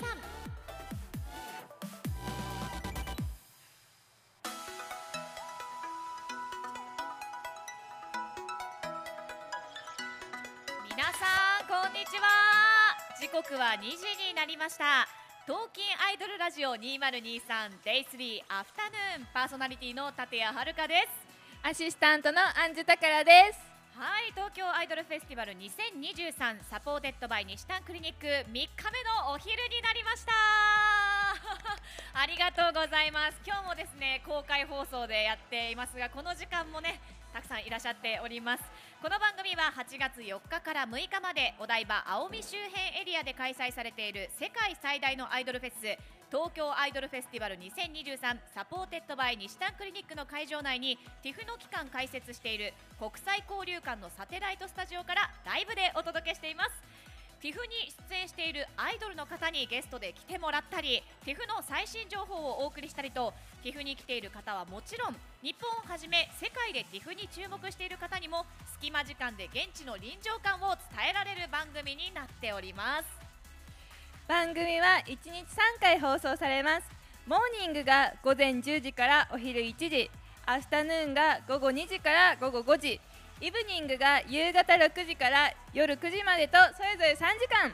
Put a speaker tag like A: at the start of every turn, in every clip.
A: さん皆さんこんにちは時刻は2時になりました東京アイドルラジオ 2023Day3 アフタヌーンパーソナリティの立谷遥です
B: アシスタントのアンジュタカラです。
A: はい東京アイドルフェスティバル2023サポーテッドバイ西丹クリニック3日目のお昼になりました ありがとうございます今日もですね公開放送でやっていますがこの時間もねたくさんいらっしゃっておりますこの番組は8月4日から6日までお台場青海周辺エリアで開催されている世界最大のアイドルフェス東京アイドルフェスティバル2023サポーテッドバイ西丹クリニックの会場内に TIFF の期間開設している国際交流館のサテライトスタジオからライブでお届けしています TIFF に出演しているアイドルの方にゲストで来てもらったり TIFF の最新情報をお送りしたりと TIFF に来ている方はもちろん日本をはじめ世界で TIFF に注目している方にも隙間時間で現地の臨場感を伝えられる番組になっております
B: 番組は1日3回放送されます。モーニングが午前10時からお昼1時、アフタヌーンが午後2時から午後5時、イブニングが夕方6時から夜9時までとそれぞれ3時間。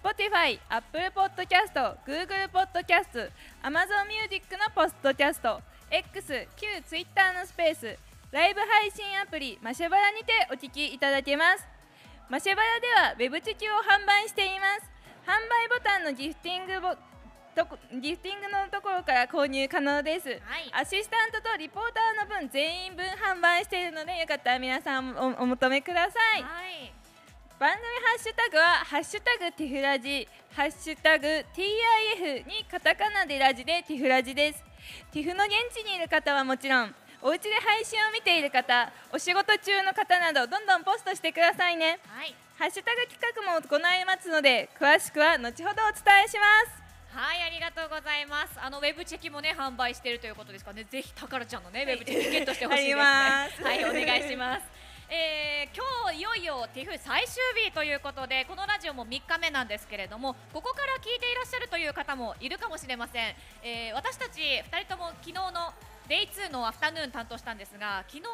B: Spotify、Apple Podcast、Google Podcast、Amazon Music のポッドキャスト、X、旧 Twitter のスペース、ライブ配信アプリマシェバラにてお聞きいただけます。マシェバラではウェブチキを販売しています販売ボタンのギフティングボとこギフティングのところから購入可能です、
A: い
B: アシスタントとリポーターの分全員分販売しているのでよかったら皆さんおお求めください
A: はい
B: 番組ハッシュタグは「ハッシュタグティフラジ」「ハッシュタグ #TIF」にカタカナでラジでティフラジですティフの現地にいる方はもちろんお家で配信を見ている方お仕事中の方などどんどんポストしてくださいね
A: はい
B: ハッシュタグ企画も行いますので詳しくは後ほどお伝えします
A: はい、ありがとうございます。あのウェブチェキもね、販売しているということですかね。ぜひタカラちゃんのね、ウェブチェキゲットしてほしいですね。
B: あります
A: はい、お願いします。えー、今日いよいよ TIFF 最終日ということでこのラジオも3日目なんですけれどもここから聞いていらっしゃるという方もいるかもしれません、えー私たち2人とも昨日の Day2 のアフタヌーン担当したんですが昨日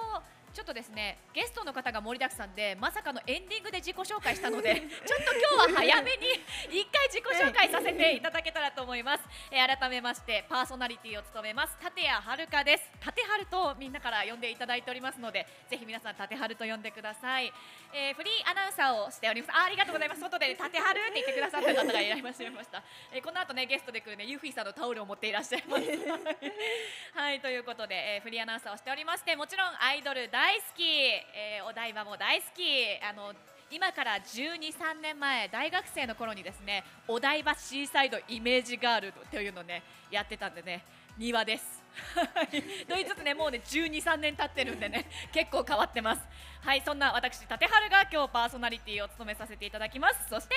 A: ちょっとですねゲストの方が盛りだくさんでまさかのエンディングで自己紹介したの でちょっと今日は早めに一回自己紹介させていただけたらと思います、えー改めましてパーソナリティを務めます立谷遥です立春とみんなから呼んでいただいておりますのでぜひ皆さん立春と呼んでください、えーフリーアナウンサーをしておりますあありがとうございます外で、立春って言ってくださった方がいらっしゃいました、えーこの後ねゲストで来るねユーフィーさんのタオルを持っていらっしゃいますはいということで、えーフリーアナウンサーをしておりましてもちろんアイドル大好き、えーお台場も大好きあの今から12、3年前大学生の頃にですねお台場シーサイドイメージガールというのをねやってたんでね庭ですはいと言いつつねもうね12、3年経ってるんでね結構変わってますはいそんな私、立春が今日パーソナリティを務めさせていただきますそして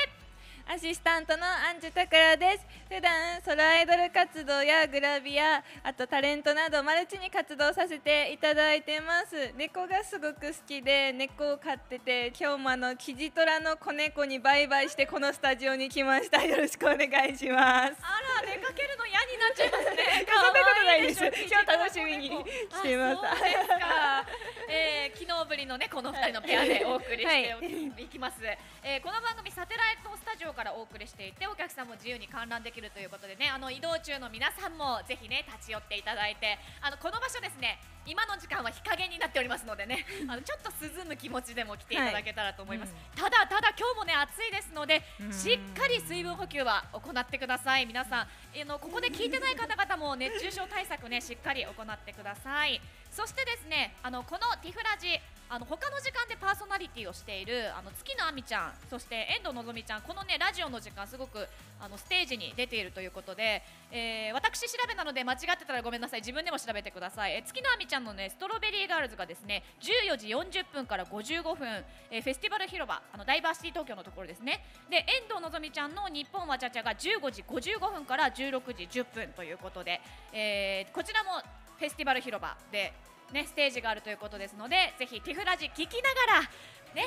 B: アシスタントのアンジュタカラです普段ソロアイドル活動やグラビアあとタレントなどマルチに活動させていただいてます猫がすごく好きで猫を飼ってて今日もあのキジトラの子猫にバイバイしてこのスタジオに来ましたよろしくお願いします
A: あら出かけるの嫌になっちゃいますね。
B: そんなことないです
A: 可愛しょ
B: 今日楽しみにしています
A: あそうですか。えー、昨日ぶりのねこの二人のペアでお送りしておきいきます、えーこの番組サテライトスタジオからお送りしていてお客さんも自由に観覧できるということでねあの移動中の皆さんもぜひね立ち寄っていただいてあのこの場所ですね今の時間は日陰になっておりますのでねあのちょっと涼む気持ちでも来ていただけたらと思います、た
B: は
A: だただ今日もね暑いですので
B: うん
A: しっかり水分補給は行ってください皆さんあのここで聞いてない方々も熱中症対策ねしっかり行ってくださいそしてですねあのこのティフラジあの他の時間でパーソナリティをしているあの月野亜美ちゃんそして遠藤のぞみちゃんこのねラジオの時間すごくあのステージに出ているということで、えー私調べなので間違ってたらごめんなさい自分でも調べてください、えー月のあみちゃんのねストロベリーガールズがですね14時40分から55分、えーフェスティバル広場あのダイバーシティ東京のところですねで遠藤のぞみちゃんの日本はちゃちゃが15時55分から16時10分ということで、えーこちらもフェスティバル広場でねステージがあるということですのでぜひティフラジ聞きながら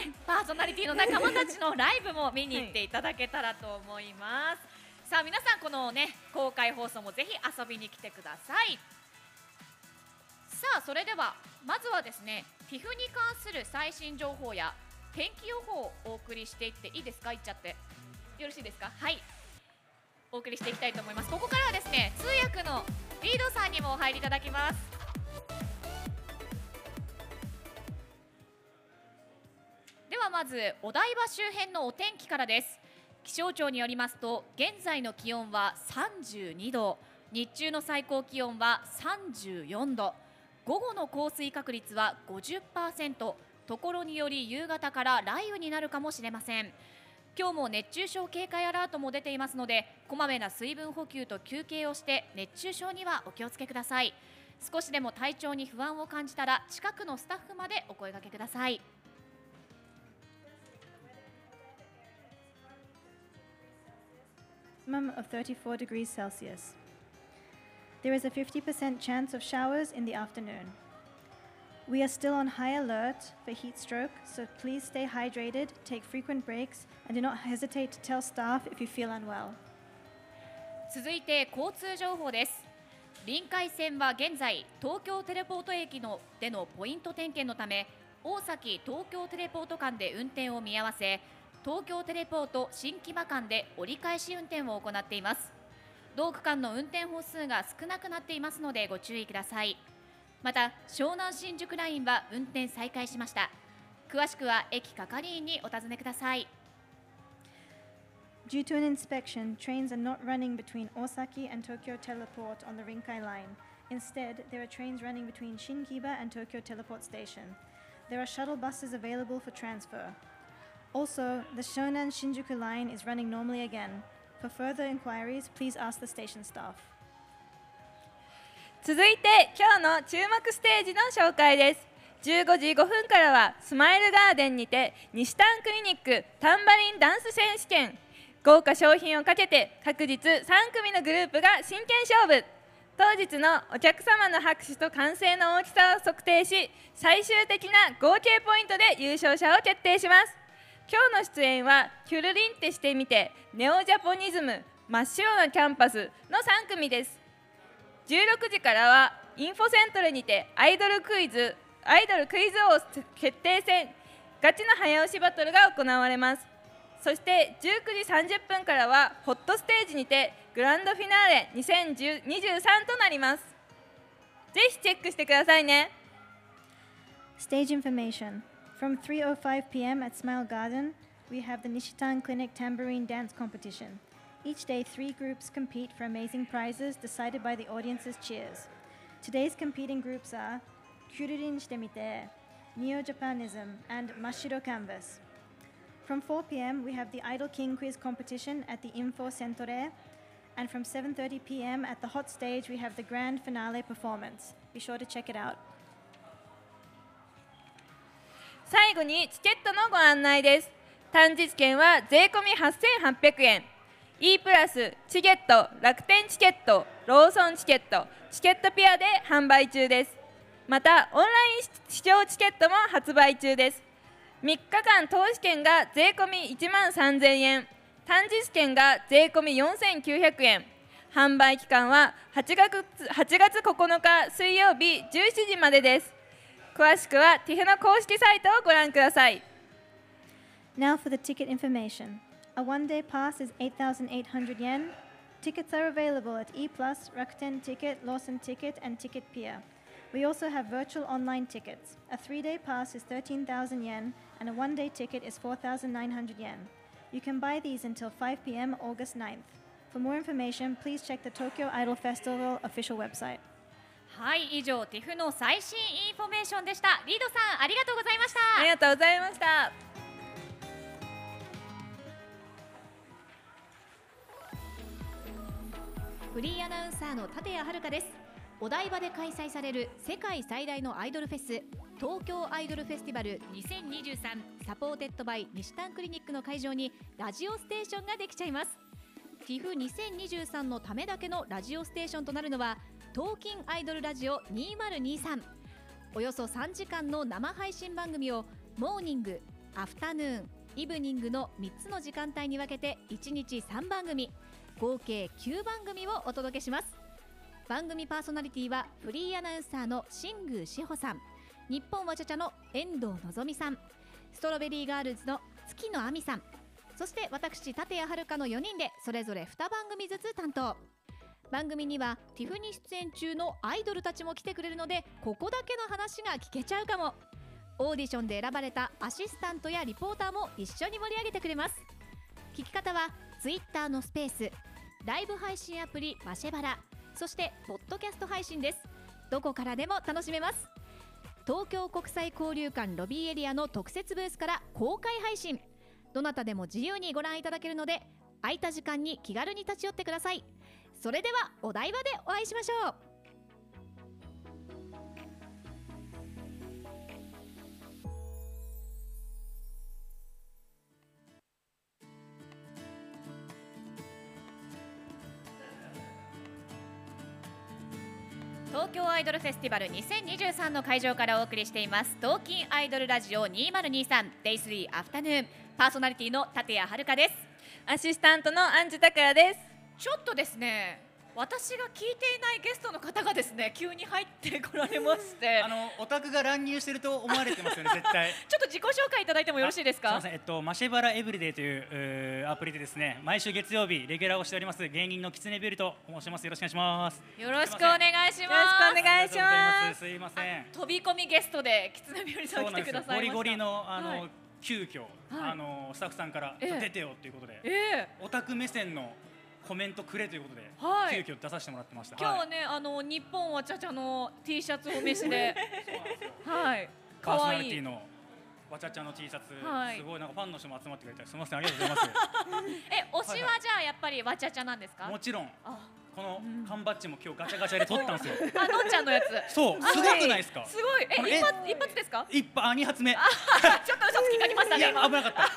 A: ねパーソナリティの仲間たちのライブも見に行っていただけたらと思います。さ
C: さあ皆さんこのね公開放送もぜひ遊びに来てくださいさあそれではまずはですね TIFF に関する最新情報や天気予報をお送りしていっていいですかいっちゃってよろしいですかはいお送りしていきたいと思いますここからはですね通訳のリードさんにもお入りいただきますではまずお台場周辺のお天気からです気象庁によりますと現在の気温は32度日中の最高気温は34度午後の降水確率は50%ところにより夕方から雷雨になるかもしれません今日も熱中症警戒アラートも出ていますのでこまめな水分補給と休憩をして熱中症にはお気をつけください少しでも体調に不安を感じたら近くのスタッフまでお声掛けください
D: maximum of 34 degrees Celsius. There is a 50% chance of showers in the afternoon. We are still on high alert for heat stroke, so please stay hydrated, take frequent breaks, and do not hesitate to tell staff if you feel unwell.
C: 続いて交通情報です臨海線は現在東京テレポート駅のでのポイント点検のため大崎東京テレポート間で運転を見合わせ東京テレポート新木場間で折り返し運転を行っています同区間の運転本数が少なくなっていますのでご注意くださいまた湘南新宿ラインは運転再開しました詳しくは駅係員にお尋ねください
D: Due to an inspection, trains are not running between Osaki and Tokyo Teleport on the Rinkai line. Instead, there are trains running between Shinkiba and Tokyo Teleport Station. There are shuttle buses available for transfer. Also, the Shonan Shinjuku line is running normally again. For further inquiries, please ask the station staff.
B: 続いて今日の注目ステージの紹介です15時5分からはスマイルガーデンにて西丹クリニックタンバリンダンス選手権豪華賞品をかけて各日3組のグループが真剣勝負当日のお客様の拍手と歓声の大きさを測定し最終的な合計ポイントで優勝者を決定します今日の出演はキュルリンってしてみてネオジャポニズム真っ白なキャンパスの3組です16時からはインフォセントルにてアイドルクイズアイドルクイズ王決定戦ガチの早押しバトルが行われますそして19時30分からはホットステージにてグランドフィナーレ2023となりますぜひチェックしてくださいね
D: Stage information. From 3:05 p.m. at Smile Garden, we have the Nishitan Clinic Tambourine Dance Competition. Each day, three groups compete for amazing prizes decided by the audience's cheers. Today's competing groups are Kyurin Shitemite, Neo Japanism, and Mashiro Canvas. From 4 p.m., we have the Idol King Quiz competition at the Info Centre, and from 7:30 p.m. at the Hot Stage, we have the grand finale performance. Be sure to check it out.
B: 最後にチケットのご案内です単日券は税込8800円 e プラスチケット楽天チケットローソンチケットチケットピアで販売中ですまたオンライン視聴チケットも発売中です3日間投資券が税込1万3000円単日券が税込4900円販売期間は8月 ,8 月9日水曜日17時までです詳しくは TIFF の公式サイトをご覧ください
D: Now for the ticket information. A one day pass is 8,800 yen. Tickets are available at E Plus, Rakuten Ticket, Lawson Ticket, and Ticket Pier. We also have virtual online tickets. A three day pass is 13,000 yen, and a one day ticket is 4,900 yen. You can buy these until 5 pm August 9th. For more information, please check the Tokyo Idol Festival official website.
C: はい以上 TIFF の最新インフォメーションでしたリードさんありがとうございました
B: ありがとうございました
C: フリーアナウンサーの立谷遥ですお台場で開催される世界最大のアイドルフェス東京アイドルフェスティバル2023サポーテッドバイ西丹クリニックの会場にラジオステーションができちゃいます TIFF2023 のためだけのラジオステーションとなるのは東京アイドルラジオ2023およそ3時間の生配信番組をモーニング、アフタヌーン、イブニングの3つの時間帯に分けて1日3番組合計9番組をお届けします番組パーソナリティはフリーアナウンサーの新宮志保さん日本わちゃちゃの遠藤のぞみさんストロベリーガールズの月野亜美さんそして私立谷遥の4人でそれぞれ2番組ずつ担当番組にはティフに出演中のアイドルたちも来てくれるのでここだけの話が聞けちゃうかもオーディションで選ばれたアシスタントやリポーターも一緒に盛り上げてくれます聞き方は Twitter のスペースライブ配信アプリバシェバラそしてポッドキャスト配信ですどこからでも楽しめます東京国際交流館ロビーエリアの特設ブースから公開配信どなたでも自由にご覧いただけるので空いた時間に気軽に立ち寄ってくださいそれではお台場でお会いしましょう
A: 東京アイドルフェスティバル2023の会場からお送りしています東京アイドルラジオ 2023Day3 アフタヌーンパーソナリティの立谷遥です
B: アシスタントのアンジュタカラです
A: ちょっとですね私が聞いていないゲストの方がですね急に入ってこられまして
E: あのオタクが乱入してると思われてますよね、絶対。
A: ちょっと自己紹介いただいてもよろしいです
E: あすみ
A: か
E: ません、えっとマシェバラエブリデイといううーアプリでですね、毎週月曜日レギュラーをしております芸人のキツネビュルと申します。よろしくお願いします。
A: よろしくお願いします
B: よろしくお願いします
E: す。すいません。
A: 飛び込みゲストで狐日和さ
E: そうんなん
A: 来て
E: で
A: く
E: す
A: ださいました
E: よ。ゴリゴリのあの、
A: はい
E: 急遽、あのスタッフさんから
A: ええ
E: 出てよということで、
A: ええ
E: オタク目線のコメントくれということで、
A: はい
E: 急遽出させてもらってました。
A: 今
E: は
A: 日
E: い
A: ね、あの日本はちゃちゃの T シャツお召しで、
E: そうなんですよ
A: はい、
E: パー
A: 可
E: ソナ
A: 愛
E: リテ
A: い
E: ィのわちゃちゃの T シャツ、
A: はい
E: すごいなんかファンの人も集まってくれたりすみませんありがとうございます。
A: え、推しはじゃあやっぱりわちゃちゃなんですか
E: も？ちろん
A: あ、
E: この缶バッジも今日ガチャガチャで取 ったんですよ。
A: あのんちゃんのやつ。
E: そうすごくないですか。
A: すごい。
E: あの
A: え、
E: え
A: 一発一発ですか？
E: 一発あ二発目。い
A: ちょっと嘘つきかけましたね。
E: や
A: 今
E: 危なか った。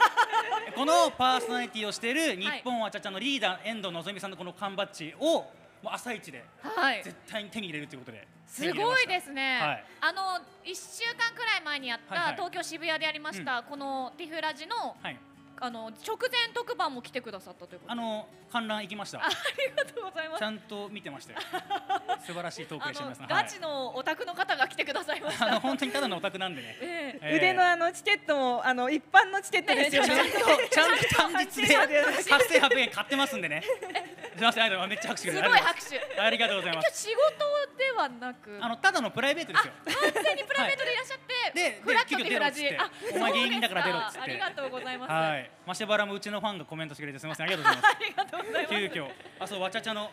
E: このパーソナリティをしている日本はちゃちゃのリーダー遠藤のぞみさんのこの缶バッジをもう朝一で
A: はい。
E: 絶対に手に入れるということで。。
A: すごいですすね、
E: はい
A: あの1週間くらい前にやった、
E: はいはい
A: 東京渋谷でやりました、このティフラジの
E: はい。
A: あの直前特番も来てくださったということ
E: あ
A: で
E: の観覧行きました。
A: ありがとうございま
E: ち
A: す
E: ゃんと見てまし たよ。素晴らしいトーク
A: あ
E: でした皆さ
A: の
E: ん。
A: ガチのオタクの方が来てくださいまし
E: はい。あ
A: た
E: の本当にただのオタクなんでね。
A: ええ
E: えー
B: 腕のあのチケットもあの一般のチケットですよ
E: ちゃん
B: ね
E: とちゃんと単日で 八千八百円買ってますんでね。すみませんあのめっちゃ拍手
A: す
E: くれ
A: ごい
E: てありがとうござます
A: 拍手
E: ありがとうござ
A: 今
E: いま
A: 日仕事
E: す。
A: ではなく
E: あのただのプライベートですよ。
A: 完全にプライベートでいらっしゃって、
E: はいで
A: フラットっていうラジ
E: 急遽出ろっつってお前芸人だから出ろっつって
A: ありがとうございます、
E: はい。マシェバラもうちのファンがコメントしてくれてすみませんありがとうございます。
A: ありがとうございま
E: 急
A: す
E: 遽あそうわちゃちゃの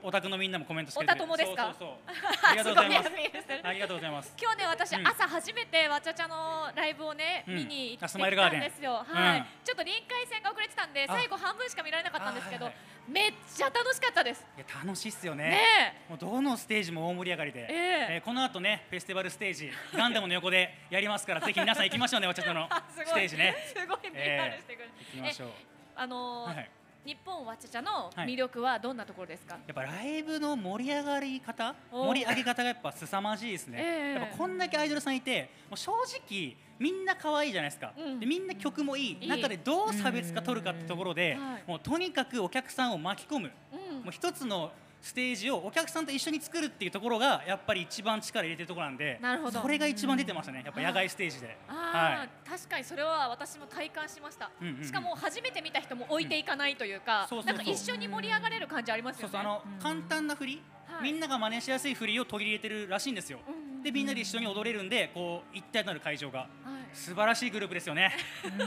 E: オタクのみんなもコメントしてくれて。
A: オタ友ですか
E: そうそうそう。 ありがとうございます
A: す。ごいアピールしてる
E: ありがとうございます。
A: 今日ね私、
E: うん
A: 朝初めてわちゃちゃのライブをね、
E: うん
A: 見に行って
E: あ
A: き
E: スマイル
A: た
E: ガーデ
A: ん
E: ン
A: ですよ、はい、
E: うん
A: ちょっと臨海線が遅れてたんで
E: あ
A: 最後半分しか見られなかったんですけど、
E: あはいは
A: めっちゃ楽しかったです
E: いや楽しいっすよ
A: ね
E: ね。もうどのステージも大盛り上がりで、
A: ええ
E: ーこの後ねフェスティバルステージガンダムの横でやりますからぜひ皆さん行きましょうねわちゃちゃの
A: あすごい
E: ステージね。
A: すごい PR してくれる、
E: 行きましょう。
A: あのー
E: はい。
A: 日本わちゃちゃの魅力はどんなところですか、
E: やっぱライブの盛り上がり方
A: おー
E: 盛り上げ方がやっぱ凄まじいですね、
A: ええ
E: やっぱこんだけアイドルさんいてもう正直みんな可愛いじゃないですか、
A: うん
E: でみんな曲もいい、
A: いい
E: 中でどう差別化取るかってところで、
A: うんはい
E: もうとにかくお客さんを巻き込む、
A: うん
E: もう一つのステージをお客さんと一緒に作るっていうところがやっぱり一番力入れてるところなんで
A: なるほど
E: それが一番出てましたねやっぱ野外ステージで。
A: あ
E: はい
A: ー確かにそれは私も体感しました、
E: うんうんうん
A: しかも初めて見た人も置いていかないというか、
E: うんそうそ
A: な
E: うそ
A: ん
E: う
A: か一緒に盛り上がれる感じありますよね
E: そうそうあの、簡単な振り、
A: はい
E: みんなが真似しやすい振りを取り入れてるらしいんですよ、
A: うん
E: でみんなで一緒に踊れるんでこう一体となる会場が
A: はい
E: 素晴らしいグループですよね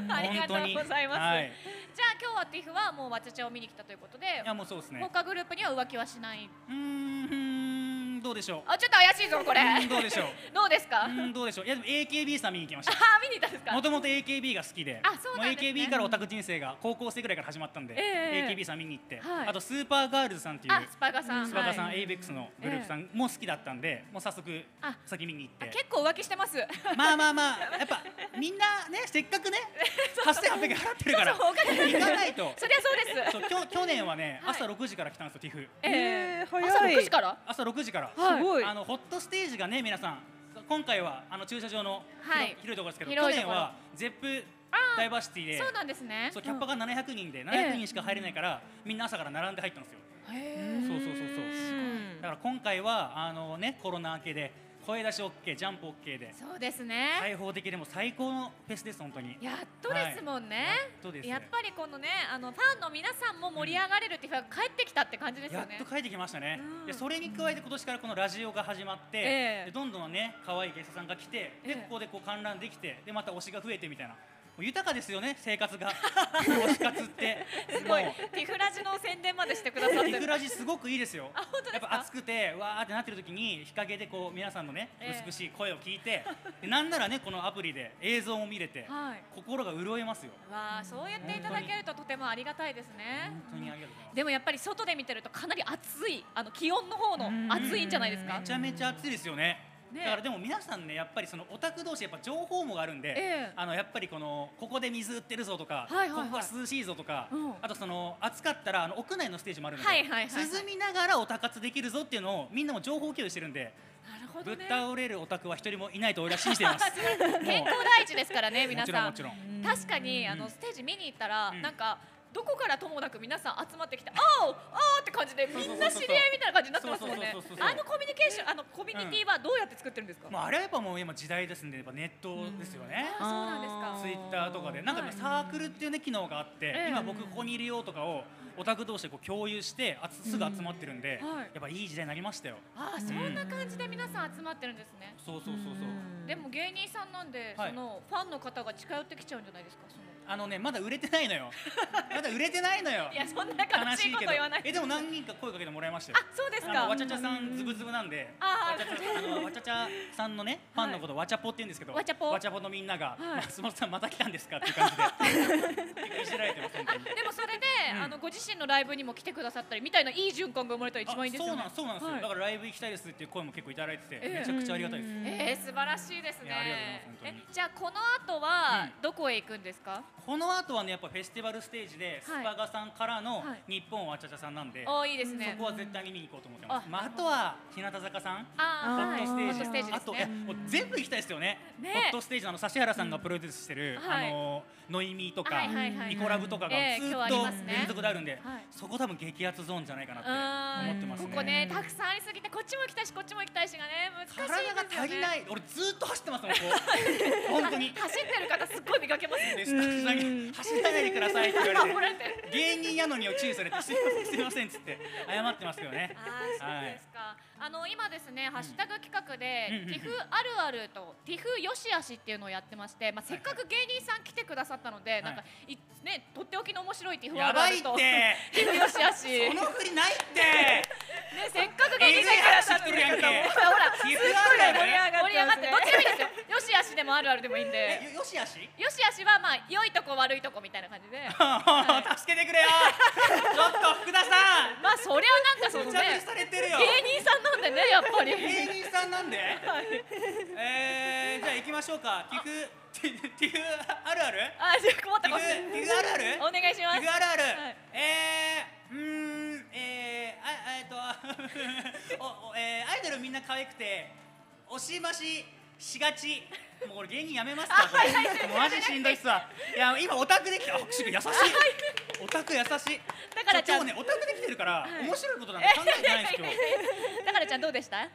A: ありがとうございます。
E: はい、
A: じゃあ今日はティフはもうわちゃちゃを見に来たということで、
E: いやもうそうですね
A: 他グループには浮気はしない。
E: うーんどうでしょう
A: あちょっと怪しいぞこれ。
E: うーんどうでしょう
A: どうですか。あ
E: うーんどうでしょういやでも AKB さん見に行 きまし
A: ー見に行ったんです
E: たも
A: か。
E: ともと AKB が好きで
A: あそうなんですね
E: もう AKB からオタク人生が高校生ぐらいから始まったんで、
A: ええ
E: AKB さん見に行って、
A: はい
E: あとスーパーガールズさんっていう
A: あスパガさん。
E: スパガさん、
A: はい
E: ABEX のグループさんも好きだったんで、もう早速
A: あ
E: 先見に行
A: あ
E: って
A: 結構浮気してます。
E: まあまあまあやっぱみんなねせっかく ね8800円払ってるから
A: そうそうお金
E: 行かないと
A: そりゃそうです。
E: そうきょ去年はね、
A: はい
E: 朝6時から来たんですよ TIFF
A: え
B: え
A: え
B: ー早い
A: 朝6時から。
E: 朝6時から、
A: はい
B: すごい
E: あのホットステージがね皆さん今回はあの駐車場の広,、
A: はい
E: 広いところですけど、
A: 広い
E: 去
A: とこ
E: 年
A: ろ
E: はゼップダイバーシティで
A: そうなんですね
E: そうキャッパが700人で700人しか入れないから、みんな朝から並んで入ったんですよ
A: へー
E: そうそうそうそうだから今回はあのねコロナ明けで声出し OK ジャンプ OK で
A: そうですね、
E: 開放的でも最高のフェスです本当に
A: やっとですもんね、
E: やっとです
A: やっぱりこのねあのファンの皆さんも盛り上がれるっていうか帰ってきたって感じですよ
E: や
A: ね
E: っと帰ってきましたね、
A: うん
E: でそれに加えて今年からこのラジオが始まって、
A: ええ
E: でどんどんね可愛いゲストさんが来て、
A: ええ
E: でここでこう観覧できてでまた推しが増えてみたいなもう豊かですよね生 活が推し活って
A: すごい
E: もう
A: ティフラジの宣伝までしてくださって
E: リフ
A: る
E: ラジすごくいいですよ
A: あ本当で
E: や
A: す
E: っ
A: か
E: ぱ暑くてわーってなってる時に日陰でこう皆さんのね
A: ええ
E: 美しい声を聞いて、でなんならねこのアプリで映像も見れて、
A: はい
E: 心が潤えますよ
A: わあそうやっていただけるととてもありがたいですね
E: 本当にありがとうございます
A: でもやっぱり外で見てるとかなり暑いあの気温の方の暑いんじゃないですか
E: めちゃめちゃ暑いですよね。
A: ね
E: だからでも皆さんねやっぱりそのオタク同士やっぱ情報網があるんで、
A: ええ
E: あのやっぱりこのここで水売ってるぞとか、
A: はいはいはい
E: ここは涼しいぞとか、
A: うん
E: あとその暑かったらあの屋内のステージもあるので、
A: はいはいはいはい
E: 涼みながらオタ活できるぞっていうのをみんなも情報共有してるんで、
A: なるほ
E: ぶ
A: ど
E: っ
A: ね
E: 倒れるオタクは一人もいないと俺は信じてい ます。
A: 健康第一ですからね
E: も
A: 皆
E: ちろん
A: さ
E: も
A: ん
E: ちろん。
A: 確かにあ
E: う
A: の
E: ん
A: ステージ見に行ったら、
E: うん
A: なんかどこからともなく皆さん集まってきて、あおあおって感じでみんな知り合いみたいな感じになってますもんね
E: そうそうそうそうそうそう
A: あ
E: そう
A: のコミュニケーションあのコミュニティはどうやって作ってるんですか、
E: まああれはやっぱもう今時代ですんでやっぱネットですよね。
A: あそうなんですか
E: ツイッターとかでなんか
A: はい
E: 今サークルっていうね機能があって、
A: ええ
E: 今僕ここにいるよとかをオタク同士でこう共有してあつすぐ集まってるんで、
A: うんはい
E: やっぱいい時代になりましたよ
A: あそんな感じで皆さん集まってるんですね、
E: そうそうそうそう
A: でも芸人さんなんで、
E: はい
A: そのファンの方が近寄ってきちゃうんじゃないですかその
E: あのねまだ売れてない のよまだ売れてないのよ
A: いやそんな悲しいこと言わない
E: えでも何人か声かけてもらいましたよ
A: あそうです
E: あ
A: か
E: のわちゃちゃさんズブズブなんで、
A: あ
E: わちゃちゃあのわちゃちゃさんのね、ファンのことわちゃぽって言うんですけど、
A: わちゃぽ
E: わちゃぽのみんなが、
A: はい
E: 松本さんまた来たんですかっていう感 じで、結構いじられてます本当に。
A: でもそれで、
E: うん
A: あのご自身のライブにも来てくださったりみたいないい循環が生まれたら一番いいですよね
E: あそうなんそうなん
A: は
E: ですよ、
A: い
E: だからライブ行きたいですっていう声も結構いただいてて、
A: ええ
E: めちゃくちゃありがたいで
A: え
E: す、
A: ー、素晴らしいです
E: いやありが
A: ね
E: とうございます本当に
A: えじゃあこの後は
E: う
A: どこへ行くんですか、
E: この後はねやっぱフェスティバルステージでス
A: はい
E: パガさんからの
A: はい
E: 日本はちゃちゃさんなんで、
A: おーいいですね
E: そこは絶対に見に行こうと思ってます、
A: あ
E: まあ、あとは日向坂さん
A: あ
E: ホ
A: ー
E: ットステ
A: ホットステー
E: ージ、
A: ジで
E: あ
A: す
E: と
A: ね
E: えもう全部行きたいですよね
A: ね
E: ホットステージのあの指原さんがプロデュースしてる、
A: はい
E: あのノイミーとか、
A: はいはいはい
E: イコラブとかが
A: ええ
E: ずっ
A: 今日あ
E: と
A: りますね
E: 連続であるんで、
A: はい
E: そこ多分激アツゾーンじゃないかなって
A: うん
E: 思ってますね
A: ここねたくさんありすぎてこっちも行きたいしこっちも行きたいしがね難しいですよね
E: 体が足りない俺ずっと走ってますもんこ う本当に
A: 走ってる方すっごい見かけますね
E: で下に下に走らないでくださいって 言われ
A: 怒
E: て
A: られてる
E: 芸人やのにを注意されてすいませんすいませんっつって謝ってますけどね
A: あーそうですか、あの今ですねハッシュタグ企画で、
E: うんうんうん
A: ティフあるあるとティフよしあしっていうのをやってまして、まあ、せっかく芸人さん来てくださったので、
E: い
A: なんかいねとっておきの面白いティフあ
E: や
A: るあ
E: ばいっ
A: る
E: て
A: と ティフよしあし
E: この振りないって
A: ね、せっかく芸人
E: え
A: さんからさ
E: 話
A: ん
E: して
A: の
E: るやんけ
A: ほらほら
E: 皮膚あるあるね
A: 盛り上がってどっちでもいいですよ よしあしでもあるあるでもいいんで
E: えよよしあし
A: よしあしはまあ良いとこ悪いとこみたいな感じで
E: 助けてくれよちょっと福田さ
A: まあそりゃなんかそ
E: ん
A: の
E: むちゃく
A: ね
E: ちゃされてるよ
A: 芸人さんなんでねやっ ぱり
E: 芸人さんなんで、えー、じゃあ行きましょうかティフ ティティフあるある
A: あじゃあ困っ
E: テ
A: たかも
E: ィフ
A: しれない
E: ティフあるある
A: お願いしま
E: あ
A: す
E: るあるある、
A: はい
E: えー、うーんえー、あえーっと おお、えー、アイドルみんな可愛くておしまししがちもうこれ芸人やめますかこれマジしんどいっすわいや今オタクできた拍手が優しいオタク優し
A: だ
E: い
A: からち
E: 今
A: ゃ
E: 日
A: ん
E: ねオタクできてるから、面白いことなんて考えてないんですけ
A: だからちゃんどうでした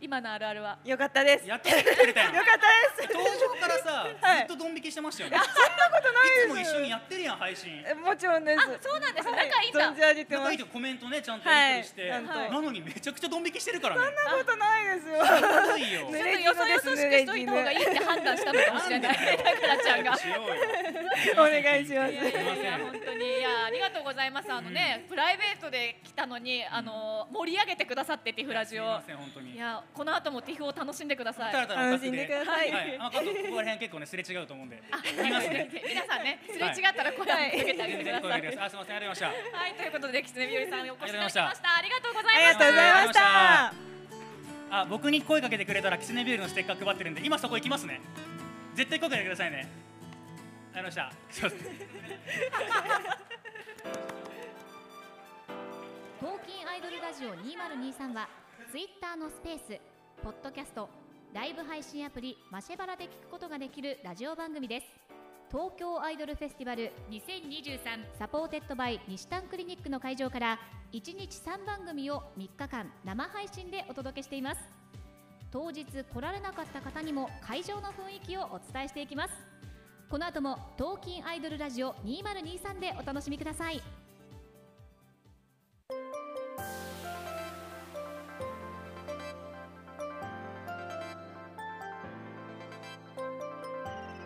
A: 今のあるあるは
B: よかったです
E: ど
B: よ
E: やっと来てくれたよ
B: かったです
E: 登場からさ、
B: はい
E: ずっとドン引きしてましたよねそんなことないですいつも一緒にやってるやん配信
B: えもちろんです
A: あそうなんです
B: は
A: 仲いいんだ
B: 存じ上げてま
E: 仲
B: す
E: いいとコメントねちゃんとやり取りし
B: は
E: て、
B: いちゃんと
E: なのにめちゃくちゃドン引きしてるからね
B: そんなことないですよ
E: むずいよ
A: ちょっとよそよそしくしといた方がいいって判断したのかもしれ ないだからちゃんが
E: し ようよ。
B: お願いします
A: いやいやいや本当にいやありがとうございますあのね、プライベートで来たのにあの盛り上げてくださってティフラジオ
E: すいません本当に。
A: いやこの後もティフを楽しんでください
E: たらたら
B: 楽しんでください
E: はい。あ、あとここら辺結構ねすれ違うと思うんで。
A: 皆さんねすれ違ったら声をかけてあげてく
E: 全然
A: ださ
E: 声か
A: い
E: けてくださいあ、すみませんありがとうございまし
A: はいということでキツネ日和さんにお越しいただきまし
E: ありがとうございました
A: ありがとうございま
B: あ
A: す
B: りがとうございました
E: た。あ、僕に声かけてくれたらキツネビュールのステッカー配ってるんで、今そこ行きますね。絶対声かけてくださいね。ありがとうございました。すいません
C: 東京アイドルラジオ2023はツイッターのスペース、ポッドキャスト、ライブ配信アプリマシェバラで聞くことができるラジオ番組です。東京アイドルフェスティバル
A: 2023
C: サポーテッドバイ西丹クリニックの会場から1日3番組を3日間生配信でお届けしています当日来られなかった方にも会場の雰囲気をお伝えしていきますこの後も「東金アイドルラジオ2023」でお楽しみください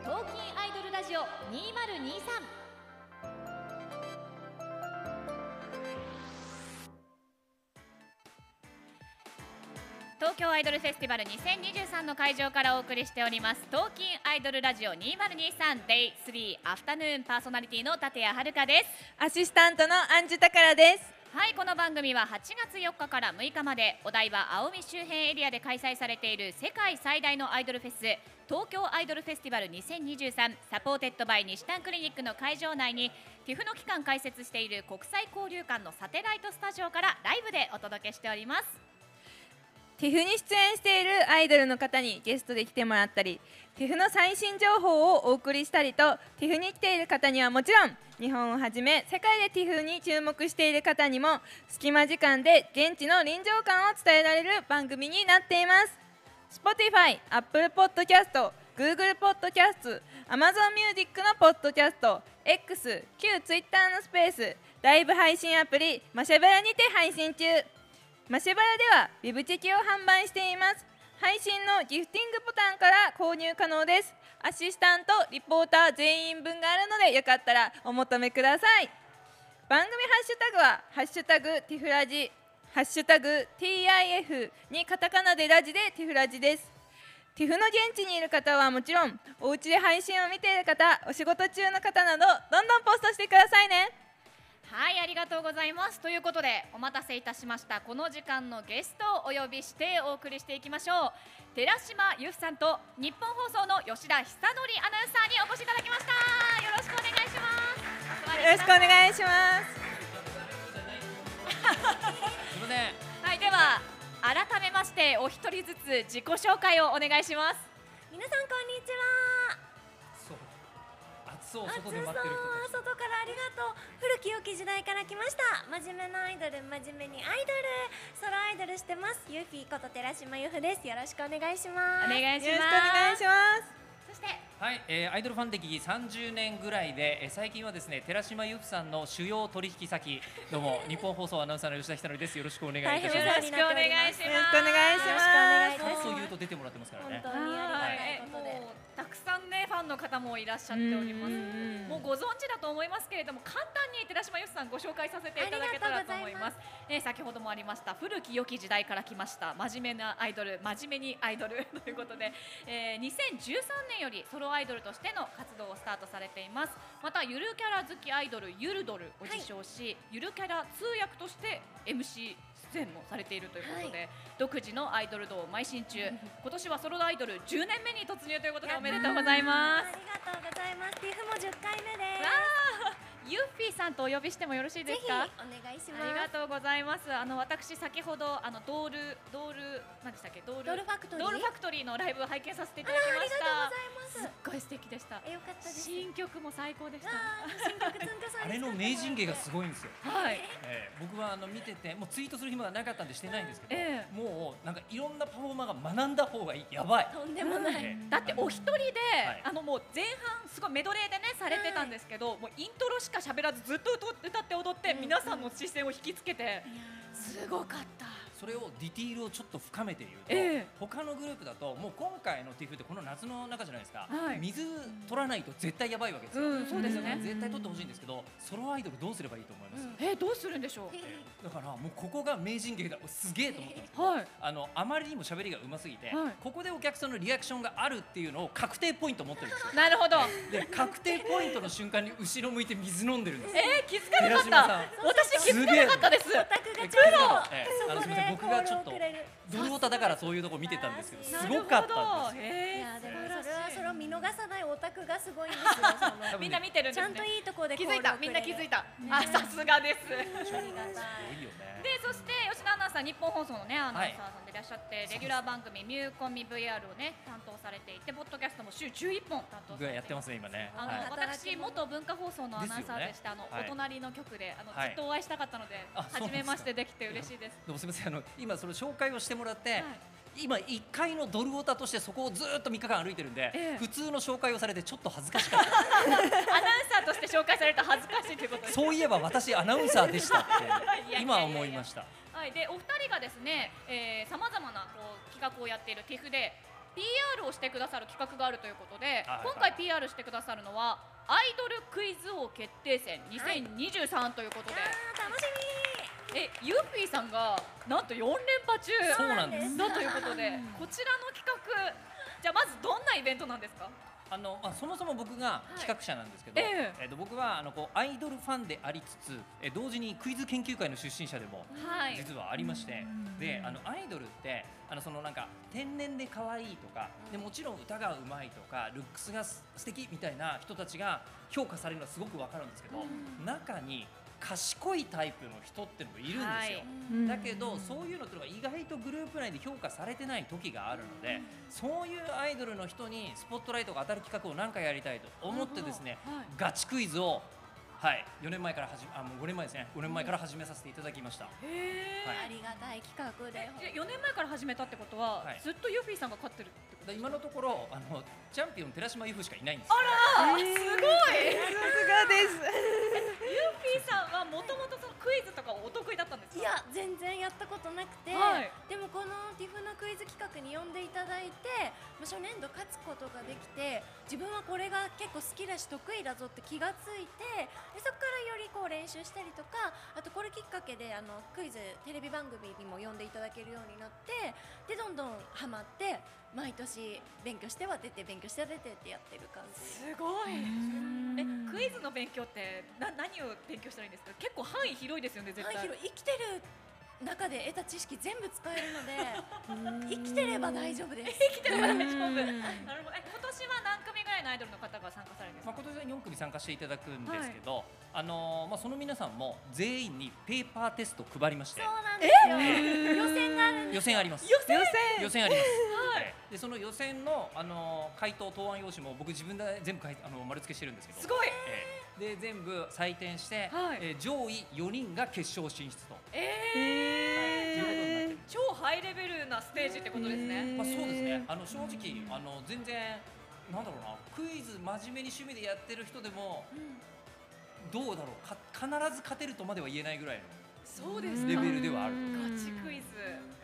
C: 東金アイドルラジオ2023
A: 東京アイドルフェスティバル2023の会場からお送りしております東京アイドルラジオ 2023Day3 アフタヌーンパーソナリティの立谷遥です
B: アシスタントのアンジュタカラです
A: はいこの番組は8月4日から6日までお台場青海周辺エリアで開催されている世界最大のアイドルフェス東京アイドルフェスティバル2023サポーテッドバイ西丹クリニックの会場内に TIFF の期間開設している国際交流館のサテライトスタジオからライブでお届けしております
B: ティフに出演しているアイドルの方にゲストで来てもらったりティフの最新情報をお送りしたりとティフに来ている方にはもちろん日本をはじめ世界でティフに注目している方にも隙間時間で現地の臨場感を伝えられる番組になっています Spotify、Apple Podcast、Google Podcast、Amazon Music のポッドキャスト X、旧 Twitter のスペースライブ配信アプリマシャバラにて配信中マシュバラではビブチェキを販売しています配信のギフティングボタンから購入可能ですアシスタントリポーター全員分があるのでよかったらお求めください番組ハッシュタグは「ハッシュタグティフラジ」「ハッシュタグ #TIF」にカタカナでラジでティフラジですティフの現地にいる方はもちろんお家で配信を見ている方お仕事中の方などどんどんポストしてくださいね
A: はいありがとうございますということでお待たせいたしましたこの時間のゲストをお呼びしてお送りしていきましょう寺島由布さんと日本放送の吉田久典アナウンサーにお越しいただきましたよろしくお願いします
B: よろしくお
A: い
B: 願いします
E: すいません
A: はいでは改めましてお一人ずつ自己紹介をお願いします
F: 皆さんこんにちは
E: そう暑そう
F: あつ
E: 外
F: そう
E: で待ってる人
F: 外からありがとう古き良き時代から来ました真面目なアイドル真面目にアイドルソロアイドルしてますゆうぴーこと寺島ゆふですよろしくお願いします
A: お願いし
B: よろしくお願
A: ま
B: い
A: す
B: します
A: そして
G: はい、えーアイドルファン歴30年ぐらいで、えー最近はですね寺島由布さんの主要取引先どうも日本放送アナウンサーの吉田ひたのりですよろしくお願いいたしま
F: 大
G: す
F: 変
A: よろしくお願いします
B: よろしくお願いします
F: よろしくお願いいたします
G: そう言うと出てもらってますから
F: 本
G: ね
F: 当にありがたいことで
A: もうたくさんねファンの方もいらっしゃっております
B: うんうんうん
A: もうご存知だと思いますけれども簡単に寺島由布さんご紹介させていただけたらと思いますね先ほどもありました古き良き時代から来ました真面目なアイドル真面目にアイドル ということで、えー2013年よりソロアイドルとしての活動をスタートされていますまたゆるキャラ好きアイドルゆるドルを自称し、ゆるキャラ通訳として MC 出演もされているということで、独自のアイドル道を邁進中今年はソロアイドル10年目に突入ということでおめでとうござ いま
F: ありがとうございますティフも10回目です
A: すユッフィーさんとお呼びしてもよろしい
F: ぜ
A: で
F: ひ
A: す
F: お願
A: か
F: いし
A: あり
F: ま
A: が
F: す
A: とうございます。あの私先ほどあのドールドール何でしたっけドール
F: ドールファクトリー
A: ドールファクトリーのライブを拝見させていただきました。すっごい素敵でした。
F: えよかったです
A: 新曲も最高でした。
F: あー新曲つんくさん
G: あれの名人芸がすごいんですよ、
A: はい。
G: えー僕はあの見ててもうツイートする暇がなかったんでしてないんですけど、
A: え
G: もうなんかいろんなパフォーマーが学んだ方がいいやばい、
F: とんでもない
G: えー
A: だってお一人で、
G: はい
A: あのもう前半すごいメドレーでねされてたんですけど、もうイントロしか喋らずずっと歌って踊って、皆さんの視線を引きつけてすごかった。
G: それをディティールをちょっと深めて言うと、
A: ええ
G: 他のグループだともう今回の TIFF ってこの夏の中じゃないですか、
A: はい
G: 水取らないと絶対やばいわけですよ、
A: うんそうですよね
G: 絶対取ってほしいんですけどソロアイドルどうすればいいと思います、
A: えー、どうするんでしょ
G: だからもうここが名人芸だすげえと思ったんですけ
A: う。
G: ど
A: はい。
G: あのあまりにも喋りがうますぎて、
A: はい
G: ここでお客さんのリアクションがあるっていうのを確定ポイント持ってるんですよ
A: なるほど。
G: で確定ポイントの瞬間に後ろ向いて水飲んでるん ですよ
A: えー、気づかなか
G: 寺
A: っ
G: 島さ
A: た
G: ん。
A: 私気づかなかったです。
F: オタクがち
G: え
F: ょっと
G: ええあの
F: そ
G: すみ
F: こで
G: ません僕がちょっ
F: コ
G: と
F: ールをくれる
G: ドルオタだからそういうとこ見てたんですけど
F: な
G: すごかったんですよ
F: い
A: え
F: やでも
A: 素晴ら
F: そ
A: しい
F: れはそれを見逃さないオタクがすごいんですよそ
G: 多
F: の
G: 分
A: みんな見てるん
F: ち
A: です
F: ゃ
A: ね
F: んといいとこで
A: 気づいたみんな気づいた、あさすがですで
F: たありがたい
G: すごいよね
A: そして吉田アナウンサさん日本放送のねアナウンサーさんでいらっしゃって、
G: い
A: レギュラー番組ミューコミ VR をね担当されていてポッドキャストも週11本担当さ
G: ぐらい
A: れて。
G: やってますすね今ね。
A: あの、
G: はい
A: 私元文化放送のアナウンサーで
G: で
A: し
G: す
A: て、
G: よ
A: あの
G: ね
A: お
G: はい
A: 隣の局であの、
G: はい
A: ずっとお会いしたかったので、
G: あそうなんで
A: 初
G: すか
A: めましてできて嬉しいです。
G: でもすみませんあの今その紹介をしてもらって、今1階のドルオタとしてそこをずーっと3日間歩いてるんで、
A: ええ
G: 普通の紹介をされてちょっと恥ずかしかった
A: アナウンサーとして紹介されたら恥ずかしいということです。
G: そういえば私アナウンサーでしたっ
A: いや
G: て今は思いました
A: はい、でお二人がですね、さまざまなこう企画をやっている TIFF で PR をしてくださる企画があるということで、
G: はい
A: 今回 PR してくださるのはアイドルクイズ王決定戦2023ということで、
F: あー楽し
A: えユーフィーさんがなんと4連覇中
G: そうなんです
A: だということでこちらの企画じゃあまずどんなイベントなんですか
G: あの、まあ、そもそも僕が
A: い
G: 企画者なんですけど、
A: ええ
G: えっと僕はあのこうアイドルファンでありつつえ同時にクイズ研究会の出身者でも
A: はい
G: 実はありまして、であのアイドルってあのそのなんか天然で可愛いとかでもちろん歌がうまいとかルックスがす素敵みたいな人たちが評価されるのはすごくわかるんですけど、中に賢いタイプの人ってのもいるんですよ。
A: はい
G: だけどそういうのってのが意外とグループ内で評価されてない時があるのでそういうアイドルの人にスポットライトが当たる企画を何回やりたいと思ってですね
A: なるほどはい
G: ガチクイズをはい4年前から始めあもう5年前ですね5年前から始めさせていただきました
A: へ
G: は
F: みあ
G: い
F: りがたい企画で
A: 4年前から始めたってことは、
G: はい
A: ずっとユーフィーさんが勝ってるってこと
G: で
A: です
G: 今のところあのチャンピオン寺島由布しかいないんです
A: ユーフィーさんはもともとそのクイズとかお得意だったんですか
F: いや全然やったことなくて、
A: はい
F: でもこの TIFF のクイズ企画に呼んでいただいてまあ初年度勝つことができて自分はこれが結構好きだし得意だぞって気がついてでそこからよりこう練習したりとかあとこれきっかけであのクイズテレビ番組にも呼んでいただけるようになってでどんどんハマって毎年勉強しては出て勉強しては出てってやってる感じ
A: すごい。え、クイズの勉強って、な、何を勉強したらいいんですか。結構範囲広いですよね、絶
F: 範
A: 対。
F: 囲広い生きてる中で得た知識全部使える ので生きてれば大丈夫です
A: 生きてるから大丈夫。なるほど。え、今年は何組ぐらいのアイドルの方が参加されるんです
G: まあ
A: か。
G: 今年は4組参加していただくんですけど、あのまあ、その皆さんも全員にペーパーテストを配りまして
F: そうなんですよ。予選があるんで
G: 予選あります
B: 予選
G: 予選あります。はい。でその予選のあのー回答答案用紙も僕自分で全部書いあの丸付けしてるんですけど。
A: すごい。
G: ええで全部採点して、
A: はい
G: えー上位4人が決勝進出と。ということになって
A: え
G: る
A: ー。超ハイレベルなステージってことですね。
G: まあそう ですね。あの正直あの全然なんだろうなクイズ真面目に趣味でやってる人でも、どうだろうか必ず勝てるとまでは言えないぐらいの
A: そうです
G: レ
A: か。
G: ベルではある。
A: ガチクイズ。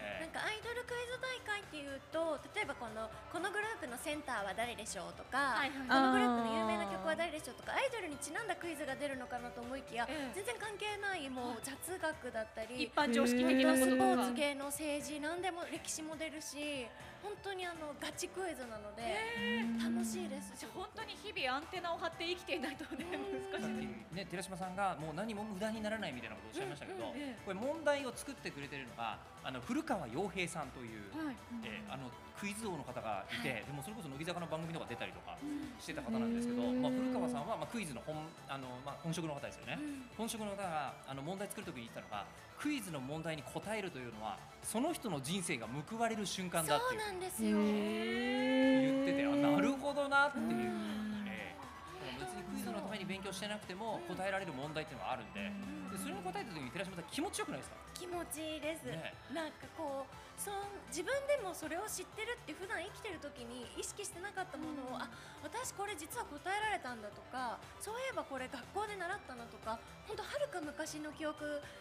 F: な
G: え
F: んかアイドルクイズ大会っていうと例えばこのこのグループのセンターは誰でしょうとか、
A: はい
F: このグループ
B: あー
F: の有名な曲は誰でしょうとかアイドルにちなんだクイズが出るのかなと思いきや、
A: ええ
F: 全然関係ないもう雑学だったり
A: 一般常識的なこ
F: スポ
A: とと
F: ー
A: か
F: ツ。系の政治何でも歴史も出るし本当にあのガチクイズなので、楽しいです
A: じゃあ本当に日々アンテナを張って生きていないとね、難し
G: さっ
A: いです。
G: きね、寺島さんがもう何も無駄にならないみたいなことをおっしゃいましたけど、
A: うんうんええ
G: これ問題を作ってくれてるのがあの古川洋平さんという、
A: はい。
G: えーあのクイズ王の方がいて、でもそれこそ乃木坂の番組とか出たりとかしてた方なんですけど、まあ、古川さんは、まあ、クイズの本あの、まあ、本職の方ですよね、本職の方があの問題作るときに言ったのがクイズの問題に答えるというのはその人の人生が報われる瞬間だって
F: そう
G: いう
F: なんですよ、
G: 言っててあなるほどなっていう、ええだから別にクイズのために勉強してなくても答えられる問題っていうのはあるんででそれに答えたときに寺島さん気持ちよくないですか
F: 気持ちいいです、
G: ね
F: なんかこうそん自分でもそれを知ってるって普段生きてる時に意識してなかったものを、あ私これ実は答えられたんだとかそういえばこれ学校で習ったなとか本当はるか昔の記憶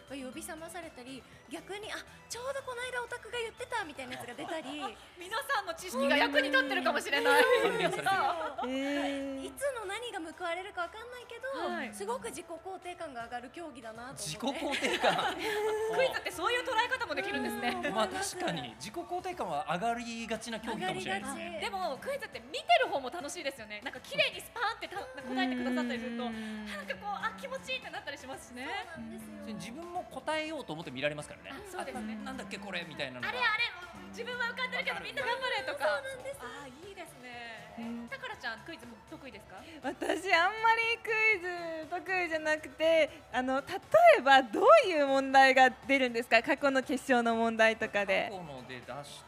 F: が呼び覚まされたり逆にあちょうどこの間オタクが言ってたみたいなやつが出たり
A: 皆さんの知識が役に立ってるかもしれない。
G: 還元されてる
F: いつの何が報われるかわかんないけど、
A: はい
F: すごく自己肯定感が上がる競技だなと思って
G: 自己肯定感
A: クイズってそういう捉え方もできるんですね。
G: まあ確かに自己肯定感は上がりがちな競技かもしれないです
F: 上がり
G: ね。
F: が
A: でもクイズって見てる方も楽しいですよね。なんか綺麗にスパーンってた答えてくださったりすると、なんかこうあ気持ちいいってなったりしますしね。
F: そうなんですよ
G: それ自分も答えようと思って見られますからね。
A: あそうですね
G: あなんだっけこれみたいなのが。
A: あれあれ自分は浮かんでるけどみんな頑張れとか。ああーいいですね。タカラちゃんクイズも得意ですか？
B: 私あんまりクイズ得意じゃなくてあの例えばどういう問題が出るんですか過去の決勝の問題とか
G: 過
B: で
G: 去ので出し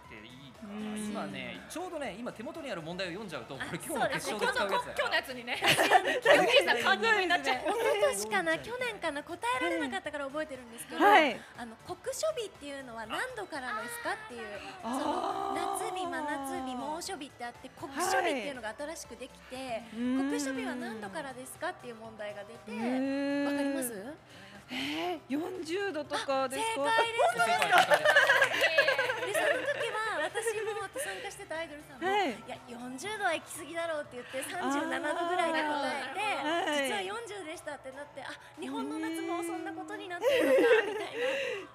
G: ていいかな今ねちょうどね今手元にある問題を読んじゃうとこれ今日の決勝で
A: 今日
G: 使
A: の
G: う
A: こ
G: やつ
A: 今日の
G: だ
A: やつにね。今日の感じになっちゃう。
F: 一昨年かな去年かな答えられなかったから覚えてるんですけど、
B: はい
F: あの酷暑日っていうのは何度からですかっていうその
B: あー
F: 夏日真夏日猛暑日ってあって酷暑日っていうのが新しくできて、
B: うん
F: 酷暑日は何度からですかっていう問題が出
B: う
F: て
B: ーん
F: わかります
B: えー40度とかで
F: 正
B: す
G: 世界
F: 解です
B: か
G: の中で
F: でその時は私も参加してたアイドルさんも、
B: はい
F: い、や40度は行き過ぎだろうって言って37度ぐらいで答えて、
B: はい
F: 実は40でしたってなってあ日本の夏もそんなことになって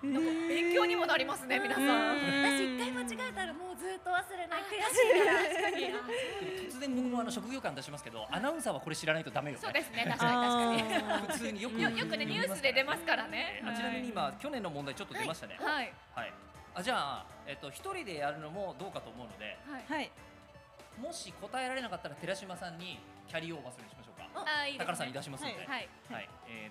F: るのかみたいな
A: 勉強にもなりますね皆さん。
F: 私一回間違えたらもうずっと忘れない悔 しいから
G: 突然僕もあの職業感出しますけどアナウンサーはこれ知らないとダメよ
A: そう
G: ね
A: ですね確かに確
B: あー
G: 普通によ
A: か
G: く
A: に。よよくねニュースで出ますからね。
G: あちなみに
A: は
G: 今去年の問題ちょっと出ましたね
A: い。はい
G: はいあじゃあえっと一人でやるのもどうかと思うので
B: はい
G: もし答えられなかったら寺島さんにキャリーオーバーするようにしましょうか
A: あいいですね。
G: 高田さんに出しますので
A: はい。
G: はいえーとですね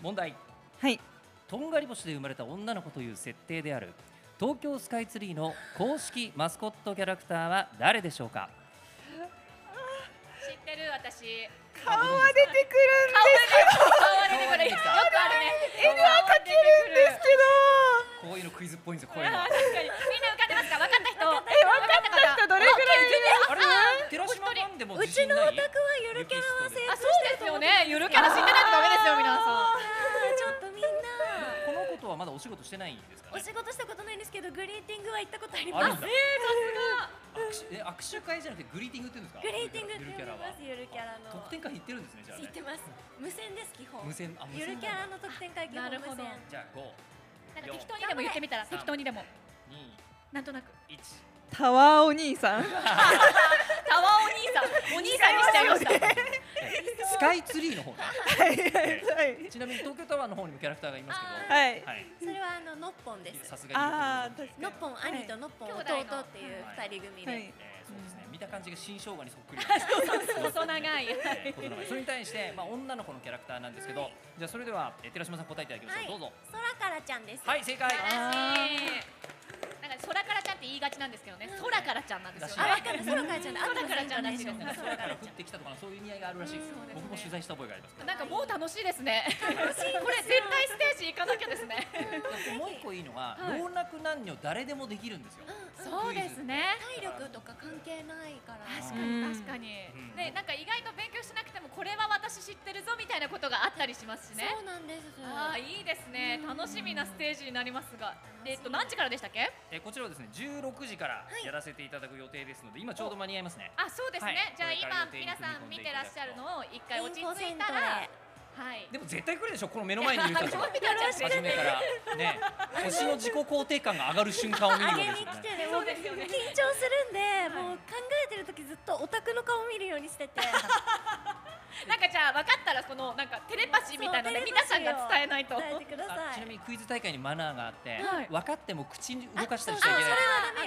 G: 問題
B: はい
G: とんがり星で生まれた女の子という設定である東京スカイツリーの公式マスコットキャラクターは誰でしょうか
A: 知ってる私。
B: 顔は出てくるん
A: 顔が出てくる。よくあるね。絵には描けるん
B: ですけど
G: こういうのクイズっぽいんですよこういうのは
A: あー確かにみんな浮かんでますか分かった人
B: え分かった人どれくらい
G: あれ寺島ファンでも
F: う
G: 自
F: ち
G: 信
F: の
G: ない
F: オタクはゆるキャラは成功
A: あそうですよねゆるキャラ知ってないとダメですよ皆さん
F: ちょっとみんな
G: このことはまだお仕事してないんですかね
F: お仕事したことないんですけどグリーティングは行ったことあり
G: あるん
F: ます
G: だ握手え握手会じゃなくてグリーティングって言うんですか
F: グリーティングって
G: ゆるキャ
F: 呼んで
G: ラは
F: ますゆるキャラの
G: 得点会行ってるんですねじゃあ
F: 行
G: ね
F: ってます無線です基本
G: 無線あ無
F: ゆ
G: 線
F: るキャラの得点会基本
A: な
F: 無
A: るほど
F: 線
G: じゃあ五
A: なんか適当にでも言ってみたら適当にでも
G: 二
A: なんとなく
G: 一
B: タワーお兄 さん
A: タワーお兄さんお兄さんにしちゃいました
G: スカイツリーの方ね
B: はい
G: ちなみに東京タワーの方にもキャラクターがいますけど
B: はいはい
G: はい
F: それはあのノッポンです
G: さすがに
B: ああ確かに
F: ノッポン兄とノッポン弟っていう
G: はい
F: 二人組
B: は
F: で
B: い
G: えーそうですね、見た感じが新生姜にそっくりなんですけど
A: 細長い
G: えー細長いそれに対して、まあ、女の子のキャラクターなんですけど、じゃあそれでは、えー寺島さん答えていただきましょう、
F: はい
G: どうぞ
F: 空からちゃんです
G: はい正解
A: なんか空からちゃんって言いがちなんですけどね空からちゃんなんですよ
F: あ、わ
A: ね
F: かる、空からちゃんだ、
A: 空からちゃんらしいです
G: 空
A: ね
G: から降ってきたとかそういう意味合いがあるらしいですよ
A: うんそうですね
G: 僕も取材した覚えがありますけど
A: なんかもう楽しいですね
F: 楽しいんですよ
A: これ絶対ステージ行かなきゃですね
G: でもう一個いいのが、
A: はい
G: 老若男女誰でもできるんですよ、
A: そうですね
F: 体力とか関係ないから。
A: 確かに
B: う
G: う
A: 確かに、
B: ん
G: ん
A: ねなんか意外と勉強しなくてもこれは私知ってるぞみたいなことがあったりしますしね
F: そうなんです。
A: ああいいですね楽しみなステージになりますがえっと何時からでしたっけ
G: えーこちらはですね16時からやらせていただく予定ですので、今ちょうど間に合いますね
A: あそうですね、
G: はい
A: じゃあ今
G: これから予
A: 皆
G: 定に
A: さん見てらっしゃるのを一回落ち
F: インフォ
A: 着
F: セ
A: い
F: ンタ
A: た
F: ー
A: ら
F: へ
A: はい
G: でも絶対来るでしょこの目の前にいる人たち
A: そ
G: は
A: う見たら
G: 初めからね星の自己肯定感が上がる瞬間を見るわ
F: 上
G: け
F: げ
G: です
F: に
G: よね
F: 来てね、もう緊張するんで、もう考えてる時ずっとオタクの顔見るようにしてて。
A: なんかじゃあ分かったらこのなんかテレパシーみたいなので
F: そう
A: 皆さんが伝えないと
F: 伝えてくだ
G: あ
F: さ。
G: ちないみにクイズ大会にマナーがあって、
A: はい
G: 分かっても口に動かしたりし
F: そ
G: ち
F: う
G: ゃいけ
F: それ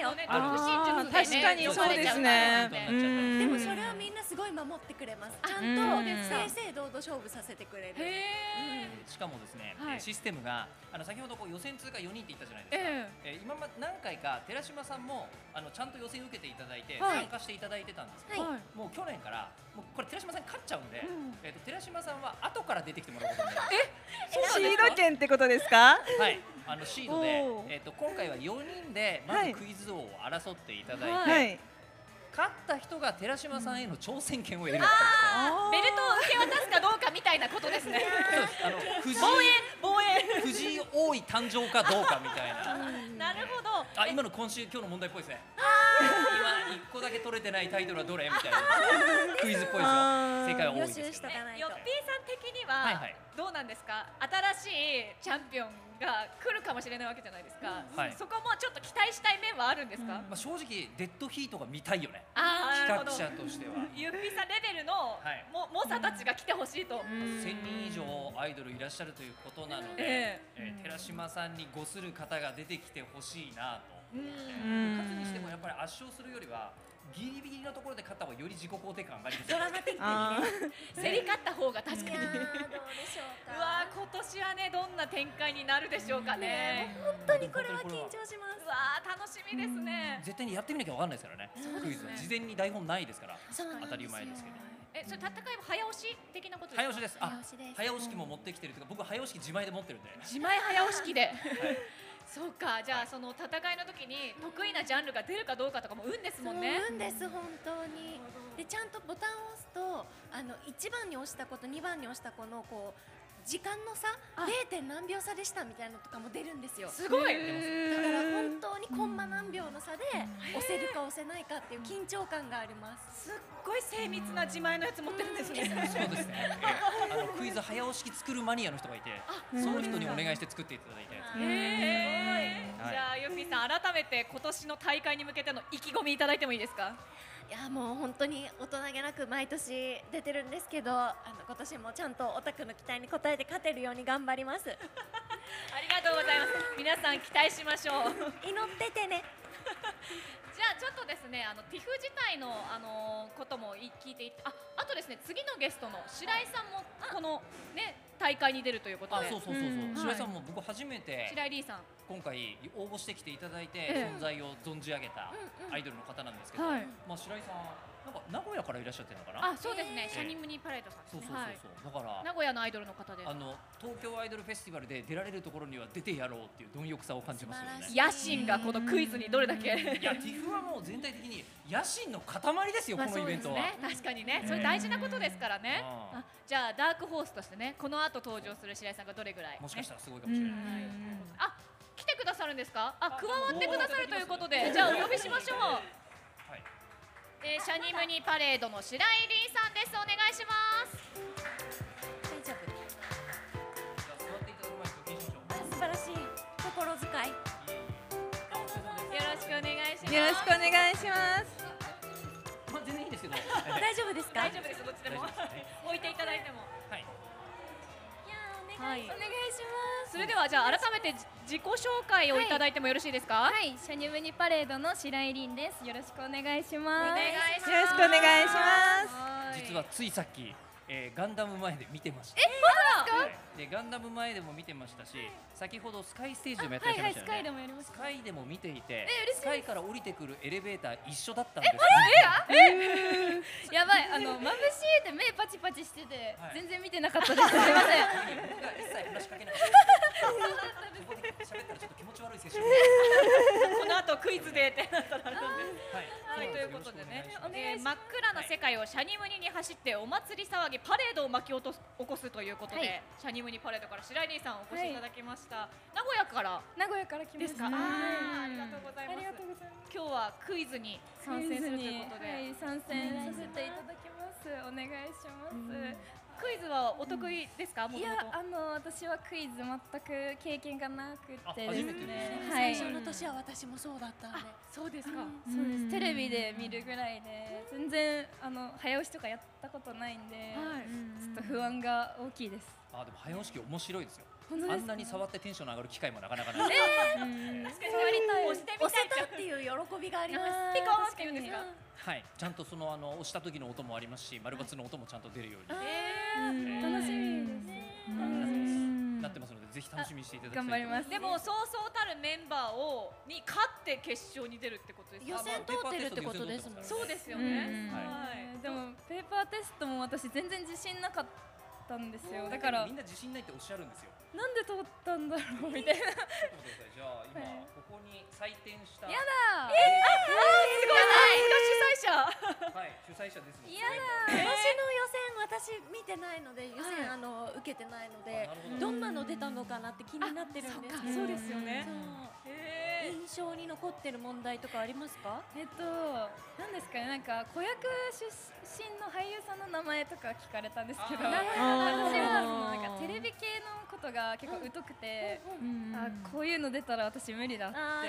G: ない
F: はダメよ
A: あのね
G: あ
A: 独身術
B: 確か
A: で
B: に
A: ね
B: そうですね
A: 読まれちゃうから
G: う
A: ね
G: ん
F: でもそれはみんなすごい守ってくれます。ちゃんと
B: うん
F: 正々堂々勝負させてくれる。
A: へー
G: しかもですね、
A: はい
G: えーシステムがあの先ほどこう予選通過4人って言ったじゃないですか、
A: え
G: えー今ま何回か寺島さんもあのちゃんと予選受けていただいて、
F: はい
G: 参加していただいてたんですけ
A: え
G: ど、
F: は
A: はい
G: もう去年からもうこれ寺島さん勝っちゃうんで、
A: ん
G: えー、と寺島さんは後から出てきてもらうことになる
B: シード権ってことですか
G: はい、あのシードで
B: おー、
G: えっと今回は4人でま
B: は
G: ず
B: い
G: クイズ王を争っていただいて、
B: はい
G: 勝った人が寺島さんへの挑戦権を得るや
A: ベルトを受け渡すかどうかみたいなことですね
G: つですか
A: 防
G: そう
A: 衛
G: です。
A: 防衛
G: あの藤井藤井王位誕生かどうかみたいな。
A: なるほど
G: あ今の今週今日の問題っぽいですね。今一個だけ取れてないタイトルはどれみたいなクイズっぽいですよ。
B: あー
G: 正解は多い
F: 予
G: ですけど
F: 習しとかない
A: よっ
F: と。
A: ぴーさん的に
G: はい
A: は
G: はい
A: どうなんですか、新しいチャンピオンが来るかもしれないわけじゃないですか、
G: うんはい
A: そこもちょっと期待したい面はあるんですか、
G: まあ正直デッドヒートが見たいよね。
A: ああな
G: 企
A: る
G: 画
A: ほど
G: 者としては。
A: ゆっぴーさんレベルの、
G: い
A: も猛者たちが来てほしいと、
G: 1000人以上アイドルいらっしゃるということなので、
A: え
G: えー寺島さんにごする方が出てきてほしいなと。
B: うん
G: 勝つにしてもやっぱり圧勝するよりはギリギリのところで勝った方がより自己肯定感上がります
A: ドラマ的
B: あー
A: に競り勝った方が確か
F: いや
A: に
F: ー どうでしょう
A: うわ
F: か
A: ー今年はねどんな展開になるでしょうかね
F: 本当にこれは緊張しま
A: うわー楽しみですね、
G: 絶対にやってみなきゃわかんないですからねクイズは事前に台本ないですから
F: すそうなん
G: 当たり前ですけど
A: えそれ戦いも早押し的なことですか
G: 早押しですあ
F: 早押しです
G: 早押し機も持ってきてるというか僕早押し機自前で持ってるんで
A: 自前早押し機で、そうかじゃあその戦いの時に得意なジャンルが出るかどうかとかも運ですもんね
F: そうなんです本当にでちゃんとボタンを押すとあの1番に押したこと2番に押した子のこう時間の差 0. 点何秒差でしたみたいなのとかも出るんですよ
A: すごい
F: だから本当にコンマ何秒の差で押せるか押せないかっていう緊張感があります
A: すっごい精密な自前のやつ持ってるんですね
G: そうですねええあのクイズ早押し機作るマニアの人がいてその人にお願いして作っていただいて
A: へえ
G: はい
A: じゃあヨッピーさん改めて今年の大会に向けての意気込みいただいてもいいですか
F: いやもう本当に大人げなく毎年出てるんですけどあの今年もちゃんとオタクの期待に応えて勝てるように頑張ります
A: ありがとうございます 皆さん期待しましょう
F: 祈っててね
A: じゃあちょっとですねあの TIFF 自体のあのーこともい聞いていってああとですね次のゲストの白井さんもこのね大会に出るということ
G: あ
A: で
G: そうそうそうそう
B: うん
G: 白井さんも僕初めて
A: 白井 D さん
G: 今回応募してきていただいて
A: ええ
G: 存在を存じ上げた
F: うんうん
G: アイドルの方なんですけど、
A: はい
G: まあ、白井さんなんか名古屋からいらっしゃってるのかな
A: あそうですね
G: ー
F: え
A: シャニムニパレードさんで
G: そ
A: す
G: う
A: ね
G: そうそう
A: はい
G: そう、だから
A: 名古屋のアイドルの方で
G: あの東京アイドルフェスティバルで出られるところには出てやろうっていう貪欲さを感じますよ
F: 素晴ら
G: ね
F: し。
A: 野心がこのクイズにどれだ
G: い
A: け
G: や、ティフはもう全体的に野心の塊ですよ、このイベントは。
A: ね確かにねそれ大事なことですからね
G: うん
A: あじゃあダークホースとしてねこの後登場する白井さんがどれぐらい
G: もしかした
A: ね
G: らすごいかもしれない。
A: あ来てくださるんですかあ加わってくださるということ
G: あ
A: でじゃあお呼びしましょう
G: はい、
A: えーシャニムニパレードの白井凛さんです。お願いします。
F: 大丈夫
G: じゃあ座っていただく前にご検証しましょう。
F: あ素晴らしい心遣い
A: よろしくお願いします。
B: よろしくお願いします
G: まあ、全然いいんですけど。
F: 大丈夫ですか
A: 大丈夫です。どっちでも
G: 大丈夫ですね
A: 置いていただいても。
G: はい、
F: いやーお
A: は
F: 願
A: い
F: い、お願いします
A: それではじゃあ改めて自己紹介をいただいてもよろしいですか。
H: はい、シャニムニパレードの白井凛です。よろしくお願いし
A: お
H: ます。
A: 願いします。
B: よろしくお願いします
A: はい
G: 実はついさっき、えーガンダム前で見てました。はいで、ガンダム前でも見てましたし、先ほどスカイステージでもやってらっしゃいましたよね。
H: もやりま
G: スカイでも見ていて、スカイから降りてくるエレベーター一緒だったんですよ。
H: す。やばい、あの眩しいって目パチパチしてて、
G: はい
H: 全然見てなかったです。すみません。
G: 僕が一切話しかけなかった。ここで喋ったらちょっと気持ち悪い 接触。
A: この後クイズでってなったらあれなんで
G: はい
A: はい、ということでね、
H: 願
A: えー
H: いし
A: 真っ暗な世界をシャニムニに走ってお祭り騒ぎパレードを巻き起こす起こすということで、
H: はい
A: シャニムニパレードから白井凛さんお越しいただきました、名古屋から
H: 名古屋から来ま
A: ですか、
H: し
A: あ
H: た。は
A: ーありがとうござい
H: いあ
A: ま
H: り
A: す
H: がとうございます。
A: 今日はクイズに参戦するということで、
H: はい、参戦させていただきます。お願いします。
A: クイズはお得意ですか、も
H: い
A: と
H: や
A: もと、
H: あの私はクイズ全く経験がなく
G: あ
H: て
G: 初
H: で
G: め
H: す
G: てです
H: ね
G: ね。
H: はい。
F: 最初の年は私もそうだったんで
A: そうですか、
H: そうで
B: うん
H: すテレビで見るぐらいで全然あの早押しとかやったことないんで、
A: はい
H: ちょっと不安が大きいです。
G: あ、でも早押し機面白いですよ。
H: 本当
G: あ
H: です
G: ん
H: か
G: なに触ってテンション上がる機会もなかなかない。
A: 確かにやりたい押して
F: 押
A: みたい
F: せたっていう喜びがあります
A: ピコーンって言うんですか
G: はい、ちゃんとそのあの押した時の音もありますし、丸×の音もちゃんと出るように
A: えー
H: 楽しみです。
G: なってますので、ぜひ楽しみにしていただきたい
H: 頑
G: と思
H: 張り
G: い
H: ま。
G: ます
A: でもそうそうたるメンバーをに勝って決勝に出るってことですか
F: 予選通ってるってことですもんね
A: そうですよね、
B: うん
A: はい
H: えーでもペーパーテストも私全然自信なかったんですよ。だ
G: だ
H: か
G: から
H: な
G: ら
H: ん
G: み
H: で
G: んな自信ないっておっしゃるんですよ。
H: 通ったんだろうみたいな。
G: ちょっと待ってくださいじゃあ今ここに採点した、はい、
A: すごい主催者
G: 主催者ですもんね。
H: や
F: 今年の予選私見てないので予選、あの受けてないので
G: あなるほど
F: どんなの出たのかなって気になってるんですけど
A: そうですよね
F: そう
A: へー
F: 印象に残ってる問題とかありますか
H: えっと、なんですかね、なんか子役出身の俳優さんの名前とか聞かれたんですけど、私
G: あ
H: はそのなんかテレビ系のことが結構疎くて、あこういうの出たら私無理だって、
F: あー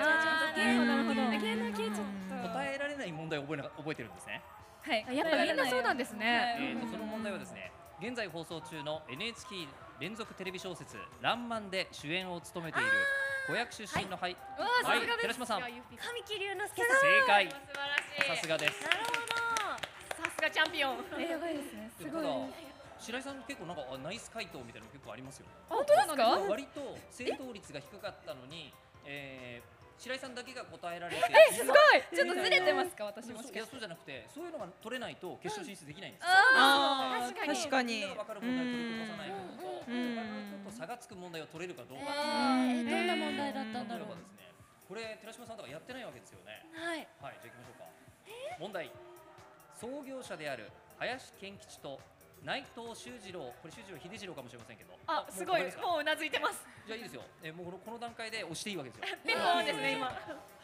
H: ちょっと芸能
A: なるほど
H: 芸能系ちょっと、
G: 答えられない問題を覚えな覚えてるんですね。
H: はい、
A: やっぱみんなそうなん
H: で
A: ですね、
G: えー、とその問題はですね現在放送中の NHK 連続テレビ小説「らんまん」で主演を務めている子役出身のはい、
H: わ
G: は
H: あ
G: い
H: さすが、で
G: 寺
H: す
G: 島さん、正
F: 神木隆之介さ
G: 解、
A: 素晴
G: さ
A: らし
G: す
A: い
G: がです。
F: ん。なるほど。
A: さすがチャンピオン
H: えやばいですねす
G: で
H: ご
G: も
H: い
G: ただ白井さん結構なんかあナイス回答みたいなの結構ありますよ。
H: 本当ですか
G: 割と正答率が低かったのに、えー、白井さんだけが答えられて、
H: すごいちょっとずれてますか私
G: でも
H: も
G: そ
H: し
G: う
H: か
G: いや
H: して
G: そうじゃなくてそういうのが取れないと決勝進出できないんですよ。
B: あ
A: ー確
B: か
G: みん
B: に
G: なが分かる問題を取りこぼさない分と、
B: うん
G: 我
B: うん
G: 々のちょっと差がつく問題を取れるかどうか。
F: えー
B: ー
F: どんな問題だったんだ
G: 例え
F: ろう
G: ば。ですね、これ寺島さんとかやってないわけですよね。
F: はい。
G: はい、じゃあ行きましょうか。問題。創業者である林健吉と内藤修二郎、これ修二郎秀次郎かもしれませんけど。
A: あ
G: もう
A: すごい
G: わかりま
A: もううなずいて ます
G: じゃあいいですよ。えーもうこのこの段階で押していいわけですよ。
A: ピンポンですね今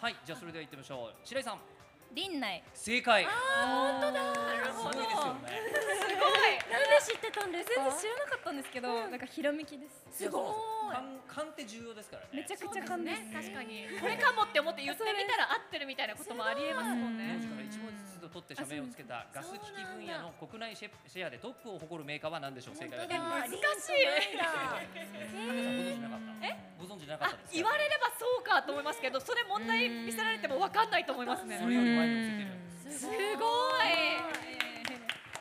G: はい、じゃあそれでは行ってみましょう。白井さん、
H: 林内
G: 正解。
H: あ本当だ
G: すごいですよね。
F: なんで知ってたんです
H: 全
F: か。
H: 然知らなかったんですけどなんかひらめきです
G: すごい。勘勘って重要ですからね。
H: めちゃ
G: く
H: くちゃ感動
A: ね確かにこれかもって思って言ってみたら合ってるみたいなこともありえますも
G: 当
A: んね
G: 時から一問ずつ取って社名をつけたガス機器分野の国内シェシェアでトップを誇るメーカーは何でしょう。正解は
F: 本当だ
A: 難しい
G: 皆さんご存知なかった。え？ご存知なかった
A: あ
G: ですか。
A: 言われればそうかと思いますけどそれ問題見せられても分かんないと思いますね
G: それより前に落ちてる。
A: すごい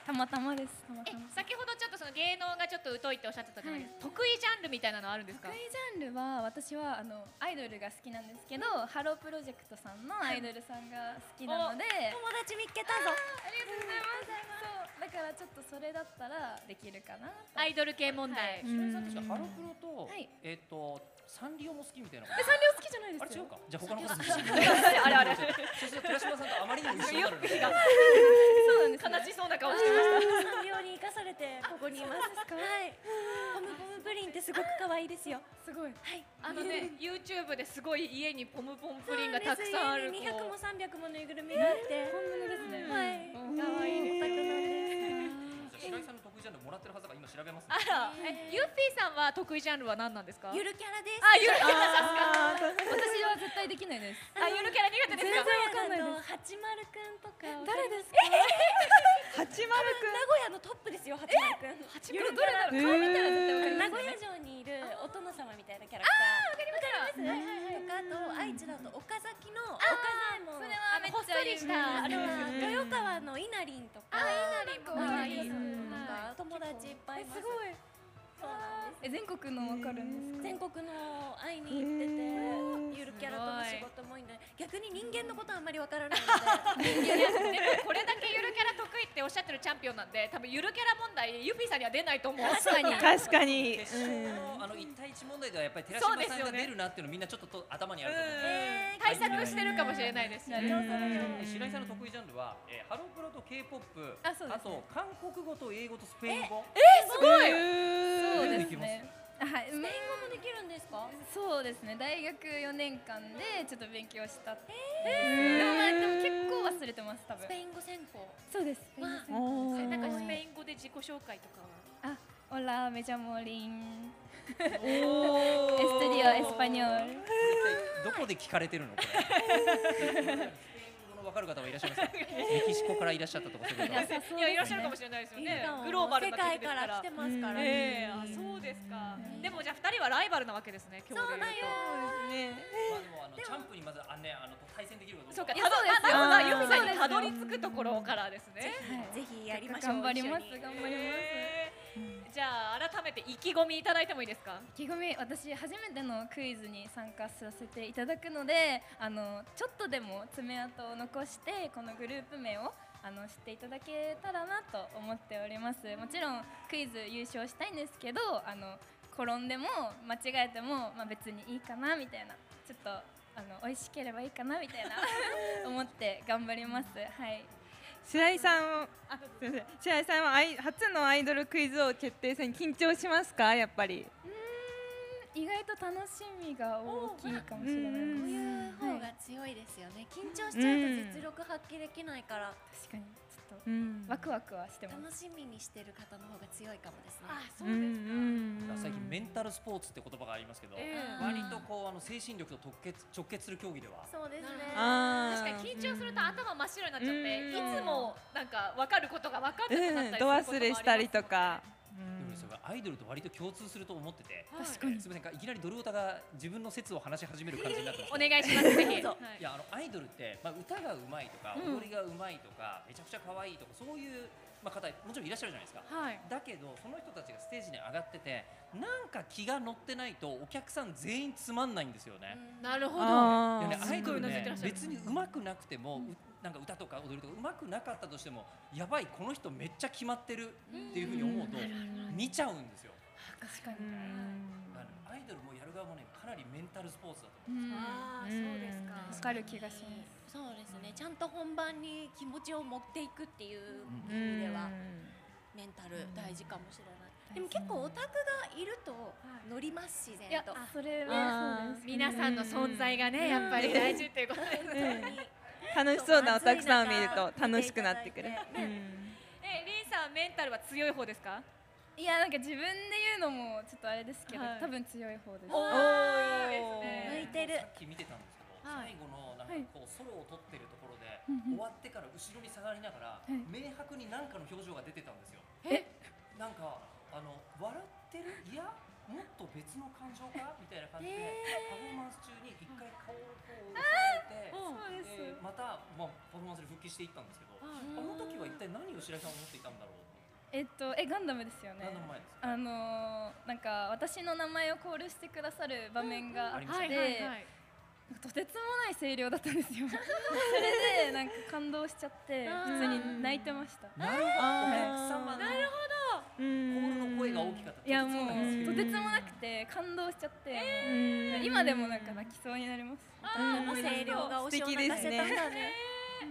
H: たまたまですたま
A: え
H: たま
A: 先ほどちょっとその芸能がちょっと疎いっておっしゃってたじゃないですか、得意ジャンルみたいなのあるんですか
H: 得意ジャンルは私はあのアイドルが好きなんですけどハロープロジェクトさんのアイドルさんが好きなので
F: 友達見っけたぞ。
H: ありがとうございますそうだからちょっとそれだったらできるかなと
A: アイドル系問題、
G: 白井さん確かハロプロと
H: はい
G: えっとサンリオも好きみたいなこと。
H: サンリオ好きじゃない
G: あ
H: で
G: れ違
H: す
G: うか。
H: よ
G: じゃあ他のことですね。あれあれ。そして寺島さんとあまりにも一緒になるので。
H: そうなんですね
A: 悲しそうな顔してました
F: 産業に生かされてここにいます。はい。ポムポムプリンってすごく可愛いですよ。
H: すごい
F: はい。
A: あの ね YouTube ですごい家にポムポン
F: プ
A: プリンがたくさんある
F: 200
A: こ
F: も
A: う
F: 300もぬいぐるみがあって。
H: 本物ですね
F: はい。
A: 可愛
F: オ
A: い
F: タクなんです。
G: 白井さんの得意ジャンルもらってるはずだから今調べますね
A: あ。らえゆっぴーさんは得意ジャンルは何なんですか
F: ゆるキャラです。
A: あゆるキャラ
H: 私は絶対できないです
A: あゆるキャラ苦手ですか
H: かんないで
F: あ
H: す
F: の八丸くんとか。
H: 誰ですか
B: 八丸くん
F: 名古屋のトップですよ、八丸くん。
H: どれだろう顔見たら絶対わかり
F: 名
H: ます
F: 古屋城にいるお殿様みたいなキャラクター。
A: あ
F: ですね。とか、あと愛知だと岡崎の岡左衛門。
A: のほっそりした
F: あれは
B: うん
F: 豊川の稲林とか、
A: かわいい
F: なんか友達いっぱいいます。
H: い
F: そうなんです。
H: え全国のわかるんですか
F: 全国の会いに行ってて、ゆるキャラとの仕事もいいんで、逆に人間のことはあんまりわからないので、
A: いやいやでもこれだけゆるキャラ得意っておっしゃってるチャンピオンなんで多分ゆるキャラ問題ゆっぴーさんには出ないと思う確かに
B: 確かに
G: 決勝のあの一対一問題ではやっぱり寺島さんが出るなっていうのみんなちょっとと頭にあると思うんです
F: えー
A: 対策してるかもしれないですし
H: な
A: ね
H: るほど
G: で白井さんの得意ジャンルは、えーハロプロと K-POP
H: あそうですね
G: と韓国語と英語とスペイン語
B: すごい
H: そう
G: 全部
H: で
G: でき
H: す
G: ます
H: ねはい
F: スペイン語もできるんですか？
H: そうですね大学4年間でちょっと勉強したって、でもなんか結構忘れてます多分
F: スペイン語専攻。
H: そうです
F: わあ
B: おー
A: なんかスペイン語で自己紹介とかは
H: あオラ メジャモリン
B: お
H: エ
B: ー
H: ステディオエスパニョル
G: 一体どこで聞かれてるのこれスペイン語の分かる方はいらっしゃいますかメキシコからいらっしゃったとかそういう方
A: いやいらっしゃるかもしれないですよねグローバル
F: 世
A: な
F: 界
A: 時で
F: か
A: す
F: 来
A: からら
F: てますから。
A: ええあそうですかでもじゃあ二人はライバルなわけですね今日で言うと
G: まあでもあのチャンプにまずあねあの対戦できるかどうか
A: そうか
H: いやそうです
A: た
H: よ
A: どまだ
B: うん
A: ユミさんにたどり着くところからですね
F: ぜひやりましょう。
H: 頑張ります
F: 一緒に
H: 頑張ります、
A: えーじゃあ改めて意気込みいただいてもいいですか
H: 意気込み私初めてのクイズに参加させていただくのであのちょっとでも爪痕を残してこのグループ名をあの知っていただけたらなと思っておりますもちろんクイズ優勝したいんですけどあの転んでも間違えても、まあ、別にいいかなみたいなちょっとあの美味しければいいかなみたいな 思って頑張りますはい
B: 白井さんをあすみません白井さんはアイ初のアイドルクイズ王決定戦緊張しますかやっぱり
H: 意外と楽しみが大きいかもしれな
B: う
F: こう
H: いで
F: いう方が強いですよね。緊張しちゃうと実力発揮できないから、
H: す確かにちょっと
B: うん
H: ワクワクはしてます
F: 楽しみにしてる方の方が強いかもですね。
A: そ
B: うんうん
G: 最近メンタルスポーツって言葉がありますけど、
A: ええ
G: 割とこうあの精神力と直結直結する競技では
F: そうですね。
B: あ
A: 確
B: ー
A: かに緊張すると頭真っ白になっちゃって
B: うん
A: いつもなんか分かることが分かんなくなったり
B: うん、
A: すること
B: 度
A: もあります
B: 忘れしたりとか。
G: でもねそれはアイドルと割と共通すると思ってて、
F: 確
G: かにすみませんいきなりドルオタが自分の説を話し始める感じになってます
A: お
G: けど
A: 願いします、ぜひ。はい
G: いやあのアイドルって、まあ、歌がうまいとか
A: うん
G: 踊りがうまいとか、めちゃくちゃ可愛いとかそういう、まあ、方もちろんいらっしゃるじゃないですか
A: はい
G: だけどその人たちがステージに上がっててなんか気が乗ってないとお客さん全員つまんないんですよね。
A: なるほど。
B: あ
G: いやね
B: ー
G: アイドル
A: すっごい頷いて
G: ね
A: らっしゃる
G: 別に上手くなくても、うなんか歌とか踊りとか上手くなかったとしてもやばいこの人めっちゃ決まってるっていうふうに思うと見ちゃうんですよ。
H: 確かに
G: だからアイドルもやる側もねかなりメンタルスポーツだと思う
F: ああ、そうですか。。
H: わかる気がします
F: そうですね。ちゃんと本番に気持ちを持っていくっていう
B: う
F: 意味で
B: ん
F: は、メンタル大事かもしれない。でも結構オタクがいると乗ります自
A: いや
F: 然と。
H: それ
B: あー
H: はそうです
A: 皆さんの存在がね、やっぱり大事っていうことです。
B: うん楽しそうなおたくさんを見ると楽しくなってくる。
F: ね
A: え、リンさん、メンタルは強い方ですか。
H: いやなんか自分で言うのもちょっとあれですけど、
A: はい
H: 多分強い方で
A: お
H: す
A: ー、いいです
F: 向いて
A: ね。
F: る
G: さ。っき見てたんですけど、
A: はい
G: 最後のなんかこうソロを取ってるところで、終
H: んうん
G: わってから後ろに下がりながら、
H: い
G: 明白に何かの表情が出てたんですよ。
A: え
G: なんかあの笑ってるいやもっと別の感情かみたいな感じで、パフォーマンス中に一回顔をこう
A: うん
G: 押さえて、えーまた、まあ、パフォーマンスに復帰していったんですけど、あの時は一体何を白井さんは思っていたんだろう。
H: えっとえガンダムですよね
G: 何年前ですか。
H: あのーなんか私の名前をコールしてくださる場面があって、
A: はい、はい、はい。
H: とてつもない声量だったんです よそれでなんか感動しちゃって普通に泣いてました
G: なるほど。お客様の
B: う
G: コ
B: ん
G: ールの声が大きかった。
H: いやもう
G: とてつないですよ
H: とてつもなくて感動しちゃって、
B: うん
H: 今でもなんか泣きそうになります
F: あの声量が推しを泣かせ たんだね。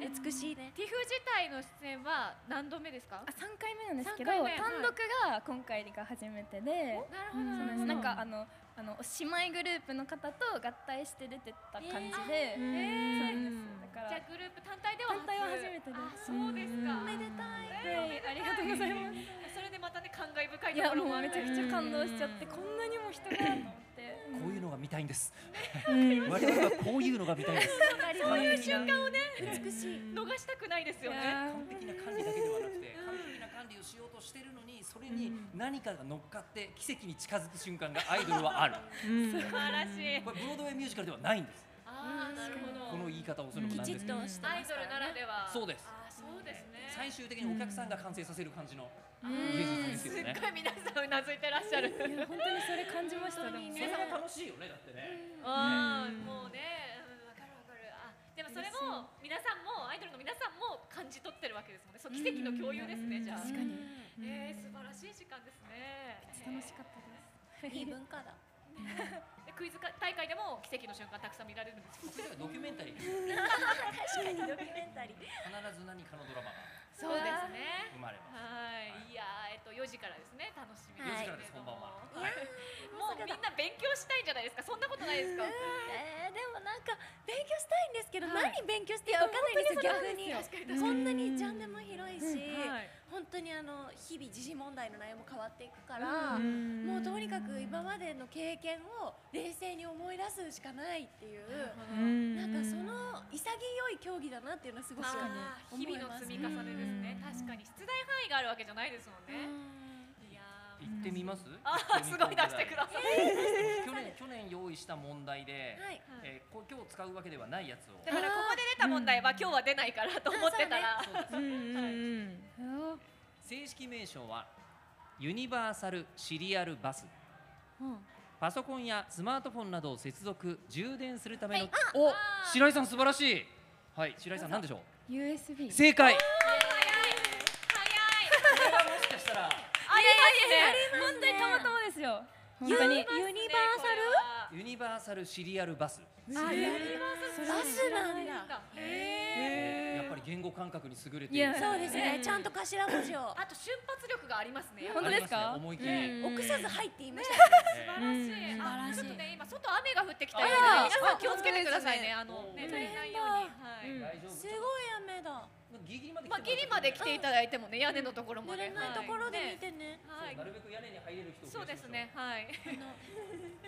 F: 美しいね。
A: ティフ自体の出演は何度目ですか
H: あ。3回目なんですけど
A: 三
H: 単
A: 回目はい
H: 独が今回が初めてで
A: なる
H: そうなんですなんかあのあのお姉妹グループの方と合体して出てった感じで、
B: うん
H: そうなんですだか
A: じゃ
H: ら
A: あグループ単体では
H: 単体は初めてです
A: あそうですか。
B: うんおめで
A: たい。
H: はいありがとうございます
A: す。 それでまたね感慨深い
H: い
A: と
H: や
A: ころ
H: も
A: も
H: う
A: ある
H: めちゃくちゃ感動しちゃって
B: うん
H: こんなにも人がと思って
G: こういうのが見たいんです。
B: うん
G: 我々はこういうのが見たいです。
F: そういう
G: 瞬間をね。
F: 美しい。
A: 逃したくないですよ
H: い
A: ね。
H: や
G: 完璧な管理だけではなくて、完璧な管理をしようとしてるのに、それに何かが乗っかって奇跡に近づく瞬間がアイドルはある。
B: うん
A: 素晴らしい。
G: これブロードウェイミュージカルではないんです。
A: ああなるほ
G: この
A: ど。
G: 言い方をするのもなん
F: きち
G: で
F: っ
G: す
F: と
G: けど。
F: して
A: ア
F: ま
A: イ
F: す
A: ド
F: か
A: ルな
F: ら
A: ら
F: ね。
A: では。
G: そうです。
A: あーそうですね。
G: 最終的にお客さんが完成させる感じの
A: う
G: 芸術
A: ん
G: ですす
A: っ
G: よね。
A: ごい皆さんうなずいてらっしゃる。
H: いや本当にそれ感じましたでも
G: それが楽しいよね、だってね。
A: うんもうねうんわかるわかる。あでもそれも皆さんもアイドルの皆さんも感じ取ってるわけですもんね。そう奇跡の共有ですねじゃあ。確かに。えー素晴らしい時間ですね。
H: 楽しかったです
F: いい文化だ。
A: でクイズか大会でも奇跡の瞬間たくさん見られるんですよ。
G: それがドキュメンタリー。必
F: 確かにドキュメンタリー。
G: ず何かのドラマが
A: そうですね。
G: 生まれます。
A: はい、いやー、えっと4時からですね、楽しみ
F: はい
A: ですけれども。
F: いや
A: もうみんな勉強したいんじゃないですか、そんなことないですか。
F: えー、でもなんか勉強したいんですけど、
A: はい
F: 何勉強していいか分かんないんですよ逆に
A: 本当にそうな
F: そんなにジャン
A: んですよ確かに確かに
F: ルも広いし、
A: はい
F: 本当にあの日々時事問題の内容も変わっていくから、
B: ん
F: もうとにかく今までの経験を冷静に思い出すしかないっていう、
B: うん
F: なんかその潔い競技だなっていうのはすごく
A: あー
F: 思
A: 日
F: い
A: 々の
F: ます
A: 積み重ねですね、確かに出題範囲があるわけじゃないですも
F: う
A: んね。
F: ん
A: いやー、
G: 行ってみます。
A: あー、すごい出してください。
G: 去年去 年用意した問題で、
F: はい
G: えーこ今日使うわけではないやつを
A: だからここで出た問題は今日は出ないからと思ってたら。
B: うんうん
G: 正式名称はユニバーサルシリアルバス、パソコンやスマートフォンなどを接続充電するための、お白井さん素晴らしいはい白井さん何でしょう
H: USB
G: 正解これ
A: 早
G: はもしかしたら
A: い。ありますね。
H: 本当にたまたまですよ本当に
A: ユニバーサル。
G: ユニバーサルシリアルバス、
F: バスなんだ
G: えーやっぱり言語感覚に優れている
H: いや
F: そうですね、ちゃんと頭文字を
A: あと瞬発力がありますね。
H: 本当です
G: あ
H: か
G: りますね思い切り、
F: 臆さず入っていました、
A: 素晴らしい。あ、ちょっとね今外雨が降ってきたようで、
G: あら
A: 皆さん気をつけてくださいね。あの
G: う
A: ね
G: ん
A: 濡れないように。は
G: 大
A: い
B: うん
G: 丈夫
F: すごい雨だ
G: ギリギリまで来て
A: まあ、ギリまで来ていただいてもね、屋根のところ
F: 濡
A: ま
F: れ
A: で。
F: ないところで見てね
A: はい。
G: な
A: はい
G: るべく屋根に入れる人を増
A: そう
G: やしましょ
A: ですね、は
F: あ
A: い。
F: の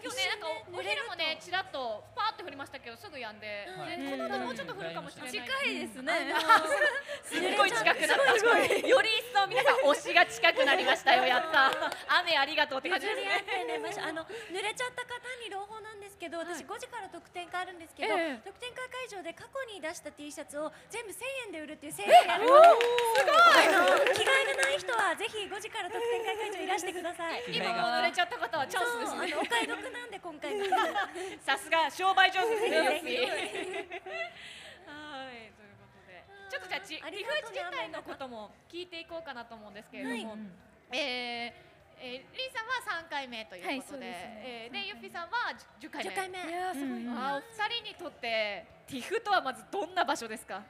A: 今日ね、なんかおお昼もね、ちらっとパーって降りましたけど、すぐ止んで、
F: う
G: は
F: ん
G: い
A: ねこの後もうちょっと降るかもしれない。
H: 近いですね。
A: すっごい近くなった。より一層皆さん推しが近くなりましたよ。やった。雨ありがとうって
F: 譲り
A: 感じです
F: 合ってね、
A: ね。
F: まじあの濡れちゃった方に朗報なんですけど、私5時から特典会あるんですけど、
A: ええ
F: 特典会会場で過去に出した T シャツを全部1000円で売るっていうセールやるので、すごい。着替えがない人はぜひ5時から特典会会場いらしてください。
G: う
A: 今もう濡れちゃった方はチャンスですね。
F: そうあのお買い得なんで今回が。
A: さすが商売上手ですね。
F: は
A: はいい、ということで、ちょっとじゃあち、
F: あり
A: 理
F: がとう
A: 不尽体のことも聞いていこうかなと思うんですけれども、えーえー、リンさんは三回目という
H: はい
A: こと
H: そう
A: で、
H: です
A: え
H: ね
A: ーでユッピーさんは十回
F: 10
A: 目。
F: 回目。
H: いやーすごいな。
A: あーお二人にとってティフとはまずどんな場所ですか。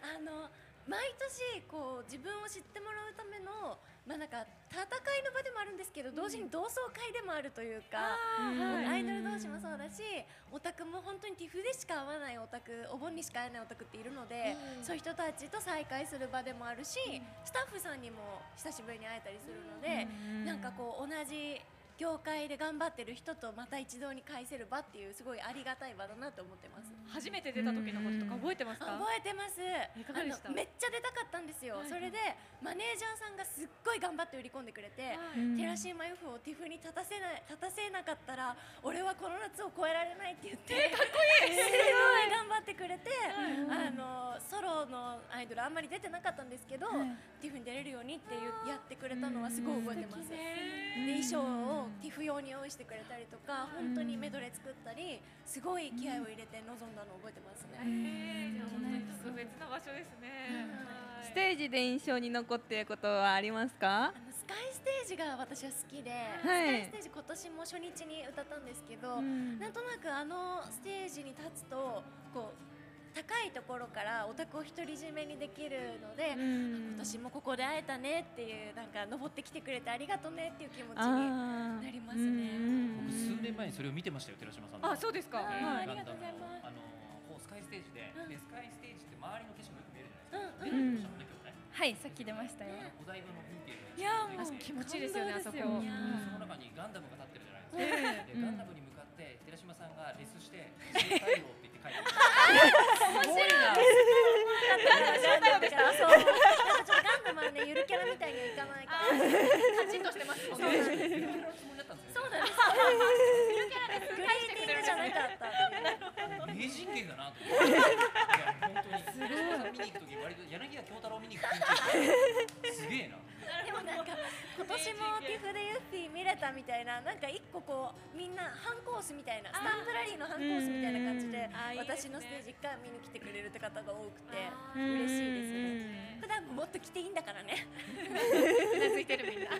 F: あの毎年こう自分を知ってもらうためのまあなんか戦いの場でもあるんですけど、同時に同窓会でもあるというか、もうアイドル同士もそうだし、オタクも本当に TIFF でしか会わないオタク、お盆にしか会えないオタクっているので、そういう人たちと再会する場でもあるし、スタッフさんにも久しぶりに会えたりするので、なんかこう同じ業界で頑張ってる人とまた一堂に会せる場っていうすごいありがたい場だなと思ってます。
A: 初めて出た時のこととか覚えてますか。
F: 覚えてます
A: いかがでし
F: あ
A: た
F: のめっちゃ出たかったんですよ、
A: はい
F: それでマネージャーさんがすっごい頑張って売り込んでくれて、テラシーマユフをティフに立たせない立たせなかったら俺はこの夏を越えられないって言って、かっこいいすごい頑張ってくれて、あのソロのアイドルあんまり出てなかったんですけど、ティフに出れるようにっていうやってくれたのはすごい覚えてます、で衣装をティフ用に用意してくれたりとか本当にメドレー作ったりすごい気合を入れて臨んだのを覚えてますね、
A: えーじゃあ本当に特別な場所ですね。はい
B: ステージで印象に残っていることはあります
F: あ？
B: か
F: のスカイステージが私は好きで、
B: い
F: スカイステージ今年も初日に歌ったんですけど、
B: うん
F: なんとなくあのステージに立つとこう高いところからオタクを独り占めにできるので、今年もここで会えたねっていうなんか登ってきてくれてありがとねっていう気持ちに
B: あ
F: なります
B: ーう
F: ね。
B: ん
G: 僕数年前にそれを見てましたよ寺島さんの
A: あ、そうですか。
F: はいあ
A: はい
F: りがとうございま
G: あ
F: す
G: のこうスカイステージで,、
F: うん
G: でスカイステージって周りの景色もよく見えるじゃ
F: う
G: ないですか、出てましたもん
F: ん
B: ん
G: ね今日ね
H: はい、さっき出ましたよ。
G: お台場の風景が
H: いやーもう
G: そ
A: 気持ちいいですよね、あそこ。
H: 感動ですよ
G: の中にガンダムが立ってるじゃないですかでガンダムに向かって寺島さんがレスして「太陽」って言って書いてるすごいな
F: そうなんかちょっとガンダムはねゆるキャラみたいにはいかないから。
A: カチンとしてますもんね。
G: ゆるキャラのつもりだったんですよ
F: そうなんです。ゆるキャラでグリーティングじゃなかったっていう。
G: 名人芸だなと思っていや本当に寺島さん見に行く時割と柳田京太郎見に行く緊張感す げえな
F: でもなんか今年も TIFF でユッフィー見れたみたいななんか一個こうみんなハンコースみたいなスタンプラリーのハンコースみたいな感じで
A: うん
F: 私のステージ一回見に来てくれるって方が多くて
A: あ
B: うん
F: 嬉しいですね普段ももっと来ていいんだからね
A: うなずいてるみんな。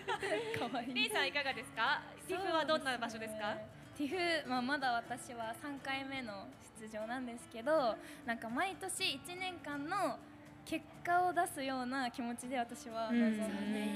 H: 可愛
A: リンさんいかがですか。ティフはどんな場所ですか。
H: ティフ、まあ、まだ私は3回目の出場なんですけどなんか毎年1年間の結果を出すような気持ちで私は臨んで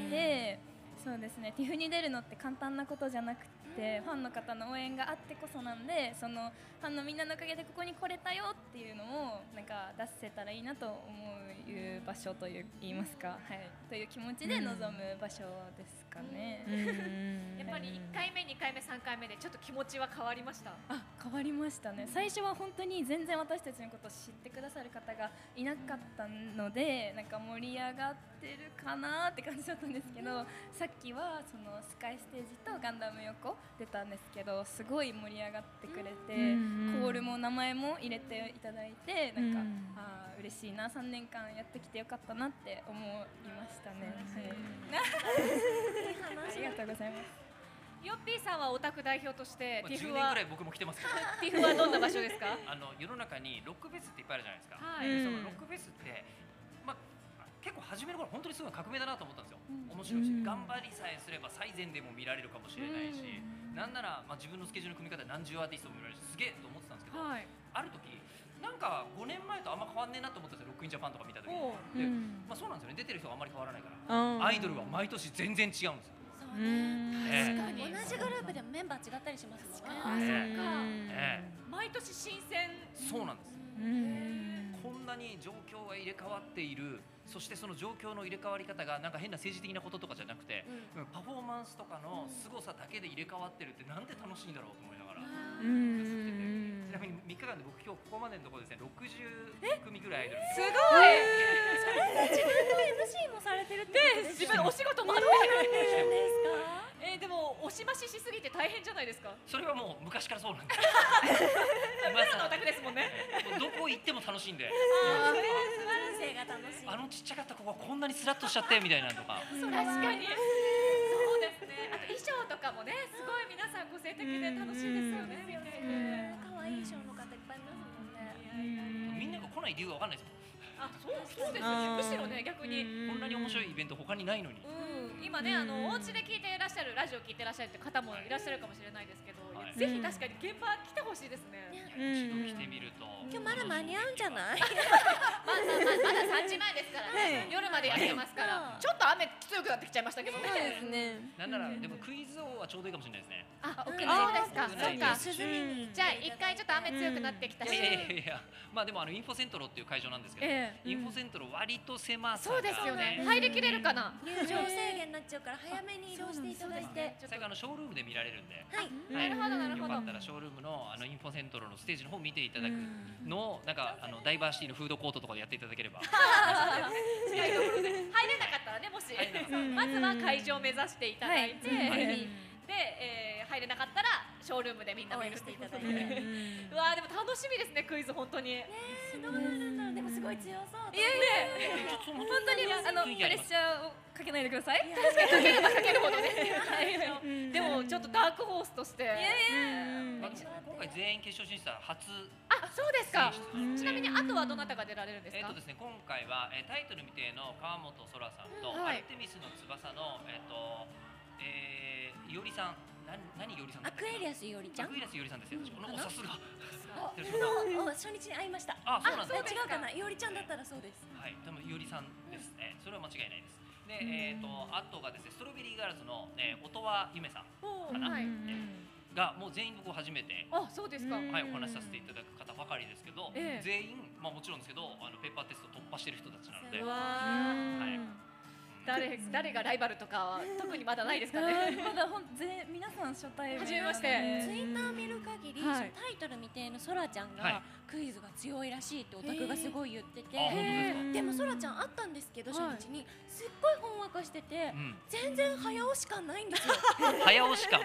H: いて、そうですねティフに出るのって簡単なことじゃなくて、ファンの方の応援があってこそなんでそのファンのみんなのおかげでここに来れたよっていうのをなんか出せたらいいなと思ういう場所という言いますか、はい、という気持ちで臨む場所ですかね。
B: うん
A: やっぱり一回目、二回目、三回目でちょっと気持ちは変わりました。
H: あ変わりましたね最初は本当に全然私たちのことを知ってくださる方がいなかったのでなんか盛り上がってるかなって感じだったんですけど、さっきはそのスカイステージとガンダム横出たんですけどすごい盛り上がってくれて、
B: うん
H: コールも名前も入れていただいてなんか、
B: うん
H: あー嬉しいな3年間やってきてよかったなって思いましたね。 はい、ありがとうございます
A: ヨッピーさんはオタク代表として
G: まあ
A: ティ
G: 10
A: フ
G: 年
A: は
G: ぐらい僕も来てますけ ど
A: ティフはどんな場所ですか。
G: あの世の中にロックフェスっていっぱいあるじゃないですか、
A: はい
G: でそのロックフェスって、まあ、結構初めの頃本当にすごい革命だなと思ったんですよ、面白いし、頑張りさえすれば最善でも見られるかもしれないし、なんなら、まあ、自分のスケジュールの組み方で何十アーティストも見られるしすげえと思ってたんですけど、
A: はい。
G: ある時なんか5年前とあんま変わんねえなと思ったんですよロックインジャパンとか見た時に
A: おう
G: で、
B: うん
G: まあ、そうなんですよね出てる人があんまり変わらないから、
B: うん
G: アイドルは毎年全然違うんですよ、
B: うん
G: ええ
A: 確かに
F: 同じグループでもメンバー違ったりしますもんね
A: あ、そうか。
G: ええ
A: 毎年新鮮。
G: そうなんです
B: うん
G: んなに状況が入れ替わっているそしてその状況の入れ替わり方がなんか変な政治的なこととかじゃなくて、うんパフォーマンスとかの凄さだけで入れ替わってるってなんて楽しいんだろうと思いながら。
B: うんうん
G: ちなみに3日間で僕今日ここまでのところですね60組ぐらいアイドル
B: すごい
F: もされてるって
A: で自分お仕事もあって
F: ことですか
A: えーでも押し増ししすぎて大変じゃないですか
G: それはもう昔からそうなんです
A: プロのお宅ですもんね
G: もうどこ行っても楽しいんで
F: 人生が楽しい
G: あのちっちゃかった子がこんなにスラッとしちゃってみたいなのとか
A: 確かにそうですねあと衣装とかもねすごい皆さん個性的で楽しいですよね見ていて
F: 可愛い衣装の方いっぱいいますもんね
G: みんなが来ない理由がわかんないです
A: あそうそうです
B: あ
A: ね
B: ー
A: むしろね逆に
G: もんこんなに面白いイベント他にないのに
A: うん今ねあのお家で聞いていらっしゃるラジオ聞いていらっしゃるって方もいらっしゃるかもしれないですけど
G: はい
A: ぜひ確かに現場来てほしいですね
G: 一度来てみると
F: 今日まだ間に合うんじゃないい
A: まあまあまあまだ3時前ですからね
B: ね
A: 夜までやってますからちょっと雨強くなってきちゃいましたけど
B: そうで
A: ね
B: すね
G: なんならでもクイズ王はちょうどいいかもしれないですね
A: あ、OK
F: あ
A: そうで
G: そ
A: すか
G: うです
A: そうか
G: ね
F: 涼みに
A: じゃあ一回ちょっと雨強くなってきたし
G: いやいやいやいやまあでもあのインフォセントロっていう会場なんですけど、
A: え
G: インフォセントロ割と狭さが
A: そうですよね入りきれるかな
F: 入場制限になっちゃうから早めに移動していただいて
G: 最後あのショールームで見られるんで、
F: はい
A: なるほどなるほ
G: よか
A: ど
G: ったらショールームのあのインフォセントロのステージの方を見ていただくのをなんかあのダイバーシティのフードコートとかでやっていただけ れば
A: 近いところで 入れなかったらねもし
G: 入れなかったら
A: まずは会場を目指していただいて、
G: はい
A: で、えー入れなかったらショールームでみんな
F: 応
A: 見
F: 援
A: る
F: し
A: と
F: て
A: い
F: いうた
A: こ
F: だ
A: と
F: い
A: で
F: て
A: ねうわーでも楽しみですねクイズ本当に、
F: どうなるんだろうでもすごい強そう
B: いやいやいや本当にあの
G: 雰囲
B: プ
G: 気あり
B: レッ
G: ます
B: シャーをかけないでください。
A: かければかけるほどねでもちょっとダークホースとしていや
G: まあ今回全員決勝進出は初
A: あそうですか
G: うん
A: ちなみにあとはどなたが出られるんです
G: えっ
A: か、
G: とですね、今回は、えータイトル未定の川本空さんと、
A: はい
G: アルテミスの翼の、えっ、と、えー、いおりさん、な何いおりさん
F: ア
G: だった
F: ク
G: っけ
F: エリアスよりちゃん
G: アクエリアスいおりさんですよ。私このおさすが。
F: あ
G: よろしくお願いし
F: のお初日に会いました
G: ますあ、そうなん
F: あ
G: ですね。
F: 違うかないおりちゃんだったらそうです
G: はい、でもいおりさんですね。それは間違いないです。で、えっ、と、あとがですね、ストロベリーガールズの、えー、音羽ゆめさんかな、
A: はい
G: えーが、もう全員僕初めて。
A: あそうですか、
G: はい、お話しさせていただく方ばかりですけど、
A: ええ
G: 全員、まあ、もちろんですけどあのペーパーテスト突破してる人たちなので、う
A: う
G: ん
A: わー
G: はい
A: 誰誰がライバルとかは特にまだないですかね
H: まだほん全皆さん初対面
A: 初めまして
H: なので
F: ツイッター見る限り、
A: はい
F: そのタイトル未定のソラちゃんが、
G: はい
F: クイズが強いらしいってオタクがすごい言ってて、
G: あ本当ですか、
F: でもソラちゃん会ったんですけど初
A: はい
F: 日にすっごいほんわかしてて
G: うん、
F: 全然早押し感ないんですよ も
G: 早押し感
F: う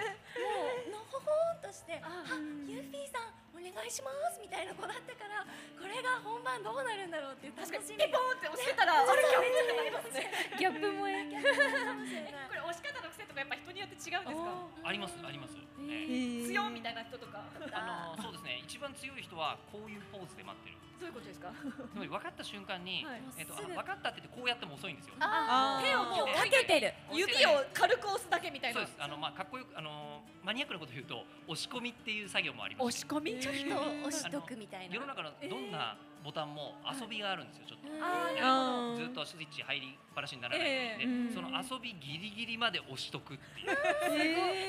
F: のほほーんとして「あゆうフィーさんお願いします」みたいな子だったからこれが本番どうなるんだろうっていう楽
A: 確かに
F: しみ
A: ピポンって押してたらあれ今日
H: ギャップもえ
F: かもしれない
A: これ押し方の癖とかやっぱ人によって違うんですか
G: ありますあります、ね
A: 強みたいな人とか
G: あのそうですね一番強い人はこういうポーズで待ってる
A: どういうことですか
G: つまり分かった瞬間に、
A: はい
G: えっと、
F: す
G: あ
F: ぐ
G: 分かったって言ってこうやっても遅いんですよ
B: あー
A: 手をもうかけてる指を軽く押すだけみたい
G: そう
A: な
G: ですあの、まあ、かっこよくあのマニアックなこと言うと押し込みっていう作業もありま
A: 押
G: す
A: し込み
F: ちょっと押しとくみたいな
G: 世の中のどんなボタンも遊びがあるんですよちょっと、
F: あー
B: あ
G: ずっとスイッチ入りっぱなしにならないようにね、
B: ええ
G: その遊びギリギリまで押しとくっていう、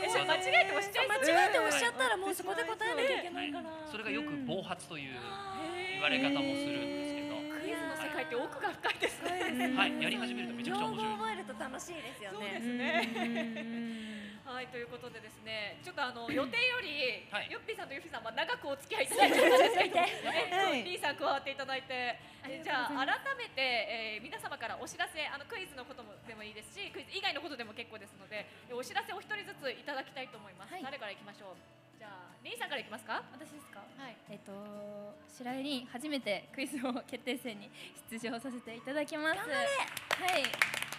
A: えそれ間違えて押しちゃいそう
F: 間違えて押しちゃったらもうそこで答えなきゃいけないから、
G: それがよく暴発という言われ方もするんですけど、
A: クイズの世界って奥が深いですね
G: はいやり始めるとめちゃくちゃ面白い
F: 用語覚えると楽しいですよ
A: そうで
F: ね
A: すね。はいということでですね、ちょっとあの予定より、
G: はい
A: よっぴーさんとゆっぴーさんは長くお付き合いいただいてるんですけど、
B: は
A: ね、
B: い
A: リーさん加わっていただいて、えじゃあ改めて、えー皆様からお知らせ、あのクイズのこともでもいいですし、クイズ以外のことでも結構ですので、えお知らせお一人ずついただきたいと思います。
H: はい
A: 誰からいきましょう。じゃあリーさんからいきますか。
H: 私です
A: は
H: か
A: い。
H: えっと白井凛初めてクイズ王決定戦に出場させていただきますはい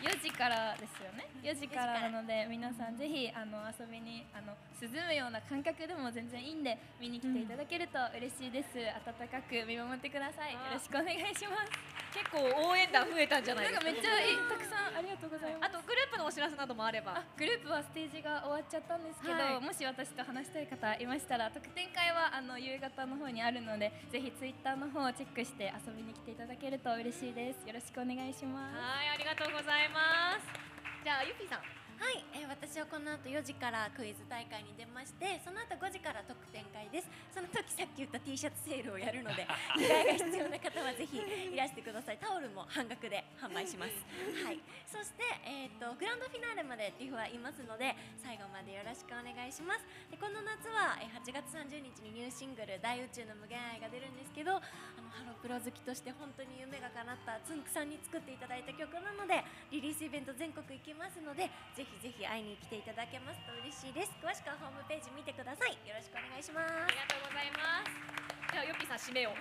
H: 4時からですよね4時からなので皆さんぜひあの遊びにあの涼むような感覚でも全然いいんで見に来ていただけると嬉しいです、温かく見守ってくださいよろしくお願いします
A: 結構応援団増えたんじゃない
H: なん
A: ですか。
H: かめっちゃいいたくさんありがとうございます
A: あとグループのお知らせなどもあれば。
H: グループはステージが終わっちゃったんですけど、
A: はい
H: もし私と話したい方いましたら特典会はあの夕方の方にあるのでぜひツイッターの方をチェックして遊びに来ていただけると嬉しいですよろしくお願いします
A: はい、ありがとうございます。じゃあゆっぴーさん。
F: はい、えー私はこの後4時からクイズ大会に出ましてその後5時から特典会ですその時さっき言った T シャツセールをやるの で着替えが必要な方はぜひいらしてくださいタオルも半額で販売しますはい、そして、えー、とグランドフィナーレまでリフはいますので最後までよろしくお願いしますでこの夏は、えー8月30日にニューシングル「大宇宙の無限愛」が出るんですけどあのハロプロ好きとして本当に夢が叶ったつんくさんに作っていただいた曲なのでリリースイベント全国行きますのでぜひぜひ会いに来ていただけますと嬉しいです詳しくはホームページ見てくださいよろしくお願いします
A: りがとうございます。じゃあヨッピーさん締めを。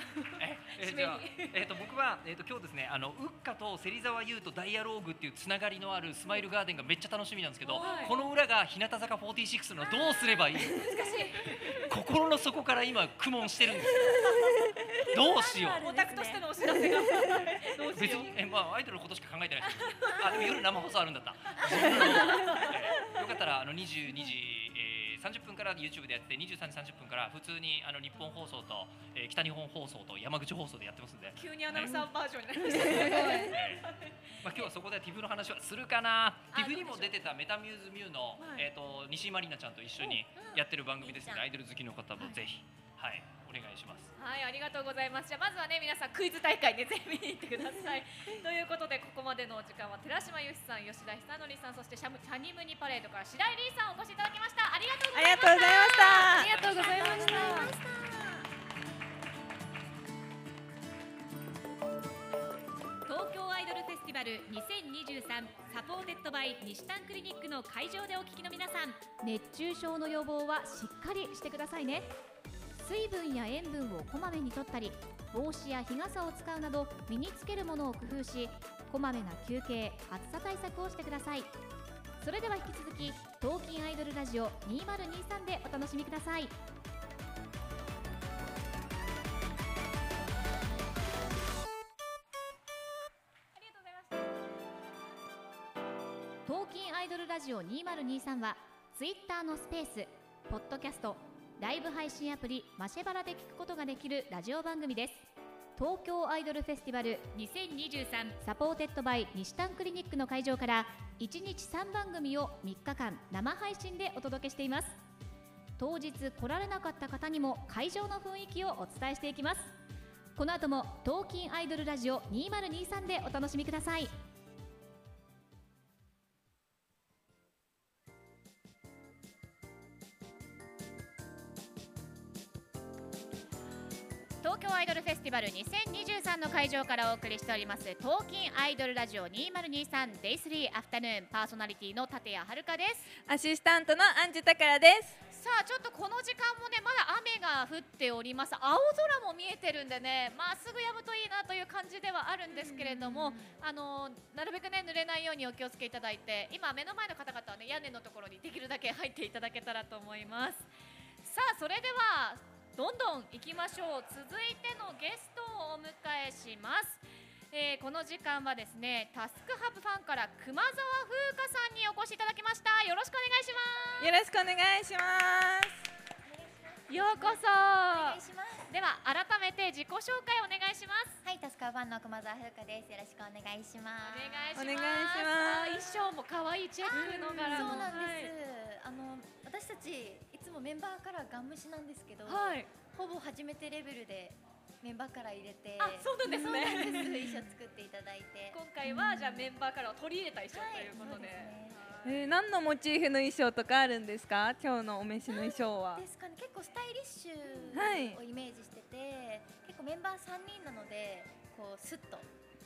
G: ええじゃあ、えっと僕は、えっと今日ですねあのウッカと芹沢優とダイアローグっていうつながりのあるスマイルガーデンがめっちゃ楽しみなんですけど
A: はい
G: この裏が日向坂46のどうすれ ばいい難しい心の底から今苦悶してるんですよどうしよう
A: オタクとしてのお知らせが。 どうし
G: 別
A: よう
G: にえまあアイドルのことしか考えてないですけどあでも夜生放送あるんだった、えーよかったらあの22時、えー、30分から YouTube でやって23時30分から普通にあの日本放送と、えー北日本放送と山口放送でやってますんで、
A: 急にアナウンサーバージョンになりました。
G: えー まあ今日はそこで TIFF の話はするかな
A: あ
G: TIFF にも出てたメタミューズミューの、
A: はい
G: えー、と西井まりなちゃんと一緒にやってる番組ですので、
F: うん
G: アイドル好きの方もぜひ、はい、お願いします。
A: はい、ありがとうございます。じゃあまずはね皆さんクイズ大会でぜひ見に行ってくだ さい。ということでここまでのお時間は寺島由紀さん、吉田久典さん、そしてシャムシャニムニパレードから白井リーさんお越しいただきました。ありがとうございました。
B: あ
A: りがとうございました。
C: 東京アイドルフェスティバル2023サポーテッドバイ西丹クリニックの会場でお聞きの皆さん熱中症の予防はしっかりしてくださいね水分や塩分をこまめにとったり帽子や日傘を使うなど身につけるものを工夫しこまめな休憩暑さ対策をしてくださいそれでは引き続き「東京アイドルラジオ2023」でお楽しみください東京アイドルラジオ2023はツイッターのスペース、ポッドキャスト、ライブ配信アプリマシェバラで聞くことができるラジオ番組です。東京アイドルフェスティバル2023サポーテッドバイ西丹クリニックの会場から1日3番組を3日間生配信でお届けしています。当日来られなかった方にも会場の雰囲気をお伝えしていきます。この後も東京アイドルラジオ2023でお楽しみください。
A: 東京アイドルフェスティバル2023の会場からお送りしております東京アイドルラジオ 2023Day3 アフタヌーンパーソナリティの立谷遥です
B: アシスタントのアンジュタカラです
A: さあちょっとこの時間もねまだ雨が降っております青空も見えてるんでねまあすぐ止むといいなという感じではあるんですけれどもあのなるべくね濡れないようにお気をつけいただいて今目の前の方々はね屋根のところにできるだけ入っていただけたらと思いますさあそれではどんどん行きましょう続いてのゲストをお迎えしますえーこの時間はですねタスクハブファンから熊澤風花さんにお越しいただきましたよろしくお願いします
B: よろしくお願いします
A: ようこそ
I: お願いします。
A: では改めて自己紹介お願いします
I: はい、タスカバンの熊澤風花です。よろしくお願いしま
A: お
I: す。
A: 願
B: お願いします
A: あー衣装も可愛いチェックの柄
I: そう
A: の
I: なんです。あの私たちいつもメンバーからガン無視なんですけど、
A: はい、はい
I: ほぼ初めてレベルでメンバーから入れて、
A: あそうなんです
I: そう
A: ね
I: なんです衣装作っていただいて、
A: 今回はじゃあメンバーから取り入れた衣装ということで,、はい
B: えー、何のモチーフの衣装とかあるんですか今日のお召しの衣装は
I: ですかね。結構スタイリッシ
B: はい
I: ュをイメージしてて、結構メンバー三人なので、こうスッと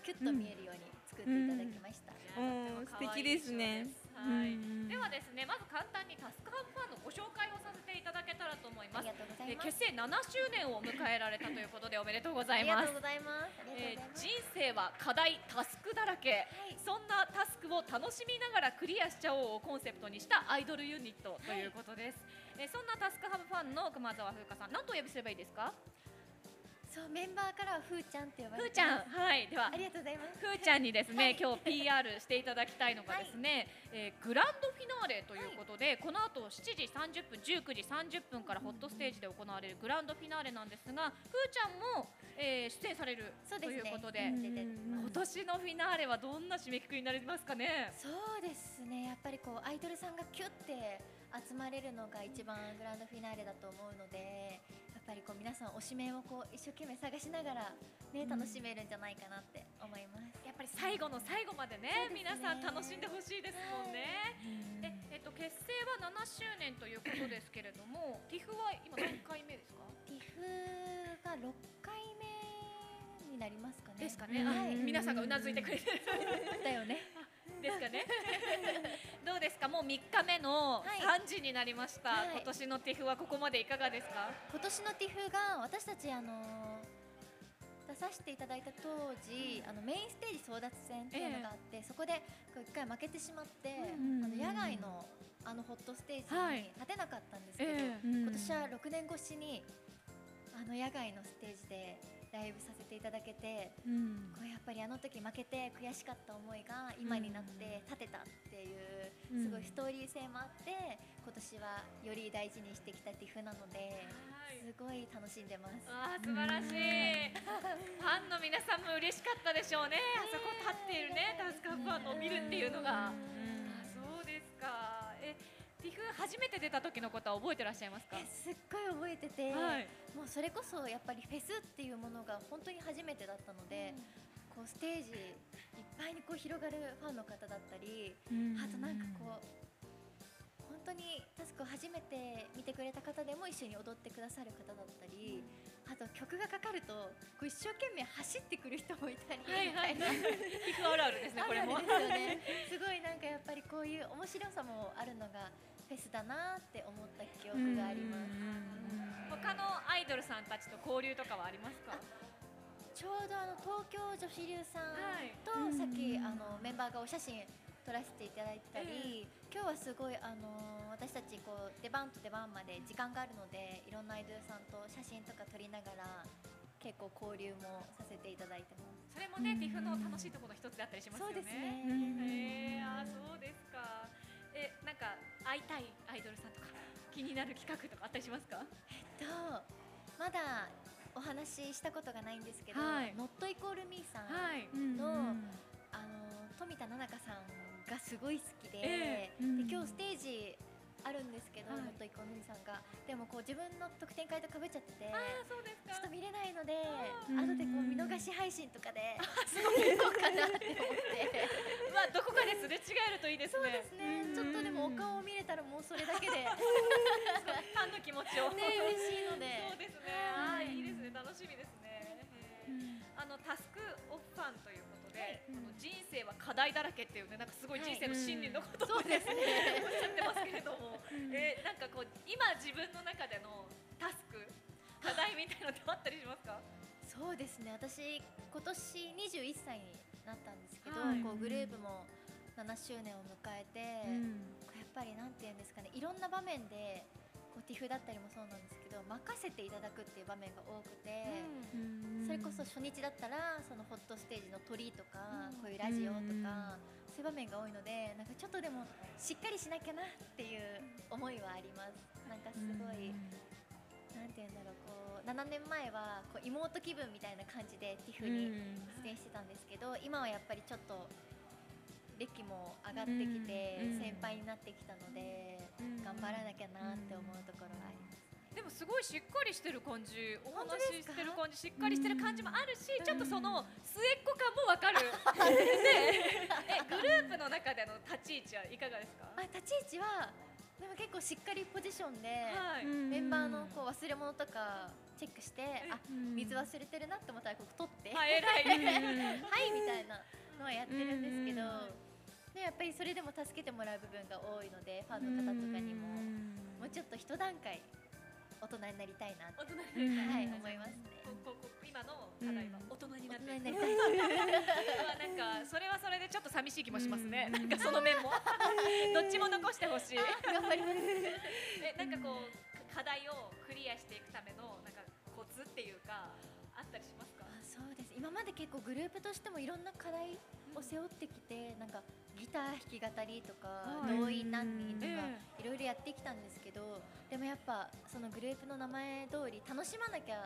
I: キュッと見えるように作っていただきました。
B: うん素敵ですね
A: はい
B: うん
A: ではですねまず簡単にタスクハブファンのご紹介をさせていただけたらと思い
I: あ
A: ます
I: りがとうござい
A: えー
I: ます。
A: 結成7周年を迎えられたということでおめでとうござ
I: あ
A: い
I: りが
A: ま
I: とう
A: す
I: ございます。あり
A: え
I: がとうございま
A: ー
I: す
A: 人。生は課題タスクだらけ
I: はい
A: そんなタスクを楽しみながらクリアしちゃおうをコンセプトにしたアイドルユニットということです、えーそんなタスクハブファンの熊澤風花さん何とお呼びすればいいですか
I: そうメンバーからはふーちゃんって呼ば
A: ふ
I: れ
A: ー
I: て
A: ち
I: ま
A: ゃん、
I: す
A: はい、で
I: あ
A: は
I: りがとうございます
A: ふーちゃんにです
I: は
A: ね、
I: い
A: 今日 PR していただきたいのがですね、えーグランドフィナーレということで、この後7時30分19時30分からホットステージで行われるグランドフィナーレなんですがふーちゃんも、えー出演される
I: そう
A: と
I: です
A: い
I: ね出てま
A: うことで
I: す
A: 今年のフィナーレはどんな締めくくりになりますかね
I: そうですねやっぱりこうアイドルさんがキュッて集まれるのが一番グランドフィナーレだと思うのでやっぱりこう皆さん推しメンをこう一生懸命探しながら、ね、楽しめるんじゃないかなって思います、
A: やっぱり最後の最後までね
I: そうですね
A: 皆さん楽しんでほしいですもんね、でえっと、結成は7周年ということですけれども TIFF は今何回目ですか
I: ティフが6回目になりますかね
A: ですかね、
I: はい
A: あ皆さんがうなずいてくれてる
I: だよね
A: ですかね。 どうですか、もう3日目の
I: はい
A: 3時になりました。
I: はい
A: 今年の TIFF はここまでいかがですか。
I: 今年のティフが私たちあの出させていただいた当時、あのメインステージ争奪戦っていうのがあって、そこでこう一回負けてしまって、あの野外のあのホットステージ
A: は
I: に
A: い
I: 立てなかったんですけど、今年は6年越しにあの野外のステージでライブさせていただけて、こうやっぱりあの時負けて悔しかった思いが今になって立てたっていう、すごいストーリー性もあって今年はより大事にしてきたティフなので。すごい楽しんでます。
A: わあ、素晴ら しい。ファンの皆さんも嬉しかったでしょうね。あそこ立っているね、ダンスカファンのを見るっていうのが。あそうですか。え、TIFF 初めて出た時のことは覚えてらっしゃいますか。
I: えすっごい覚えてて、
A: はい。
I: もうそれこそやっぱりフェスっていうものが本当に初めてだったので、こうステージいっぱいにこう広がるファンの方だったり、あとなんかこう。本当にタスクを初めて見てくれた方でも一緒に踊ってくださる方だったり、あと曲がかかるとこう一生懸命走ってくる人もいたり、
A: はいはい。TIFF あるあるですね、これも。
I: あるある ですよねすごいなんかやっぱりこういう面白さもあるのがフェスだなって思った記憶があります。
A: 他のアイドルさんたちと交流とかはありますか。
I: ちょうどあの東京女子流さ
A: は
I: ん
A: い
I: とさっきあのメンバーがお写真撮らせていただいたり、今日はすごいあの私たちこう出番と出番まで時間があるのでいろんなアイドルさんと写真とか撮りながら結構交流もさせていただいてます。
A: それもね、ティフの楽しいところの一つだったりしますよね。へえ、あ、そうですか。え、なんか会いたいアイドルさんとか気になる企画とかあったりしますか？
I: とまだお話ししたことがないんですけど、
A: はい
I: ノットイコールミーさん
A: い。
I: の、あの富田菜々香さんがすごい好きで,、
A: え
I: で今日ステージあるんですけど、
A: はい
I: もっといこみさんがでもこう自分の特典会とかぶっちゃっててちょ
A: あー、そうです
I: っ
A: か
I: と。見れないので
A: あ
I: 後でこう見逃し配信とかで見ようかなって思って
A: まあどこかですれ違えるといいです
I: そうで
A: ね。
I: すね ちょっとでもお顔を見れたらもうそれだ けで ね
A: ファンの気持ちを。
I: 嬉しいので
A: そうですね。あーいいですね。楽しみですね。あのタスクオファンということで、この人生は課題だらけっていうね、なんかすごい人生の真理のことを、ねおっしゃってますけれども、えーなんかこう今自分の中でのタスク課題みたいなのってあったりしますか？
I: そうですね私今年21歳になったんですけど、
A: はい
I: こうグループも7周年を迎えて、こうやっぱりなんて言うんですかねいろんな場面でこうティフだったりもそうなんですけど任せていただくっていう場面が多くて、それこそ初日だったらそのホットステージの鳥とか、こういうラジオとか、そういう場面が多いのでなんかちょっとでもしっかりしなきゃなっていう思いはあります。なんかすごい、なんて言うんだろうこう7年前はこう妹気分みたいな感じでティフに出演してたんですけど、今はやっぱりちょっと歴も上がってきて、先輩になってきたので、頑張らなきゃなって思うところがあります。
A: でもすごいしっかりしてる感じ、お
I: 本当
A: 話
I: で
A: し
I: すか
A: してる感じ、しっかりしてる感じもあるし、ちょっとその末っ子感も わかる。ねえグループの中での立ち位置はいかがですか？
I: まあ、立ち位置はでも結構しっかりポジションで、
A: はい。
I: メンバーのこう忘れ物とかチェックして、あ水忘れてるなって思ったらここ取って、
A: あ、
I: はい、
A: 偉い。
I: みたいなのはやってるんですけど、でやっぱりそれでも助けてもらう部分が多いのでファンの方とかにも、もうちょっと一段階大人になりたいなって、
A: 大人になりたい
I: はい、思いますね。
A: こここ今の課題は大人にな
I: 大
A: って
I: 人
A: い
I: に
A: く
I: なりたい
A: はなんかそれはそれでちょっと寂しい気もしますね。なんかその 面もどっちも残してほしい。
I: 頑張ります
A: えなんかこう課題をクリアしていくためのなんかコツっていうかあった
I: 結構グループとしてもいろんな課題を背負ってきて、なんかギター弾き語りとか、
A: はい
I: 動員何人とか、
A: え
I: いろいろやってきたんですけどでもやっぱそのグループの名前通り楽しまなきゃ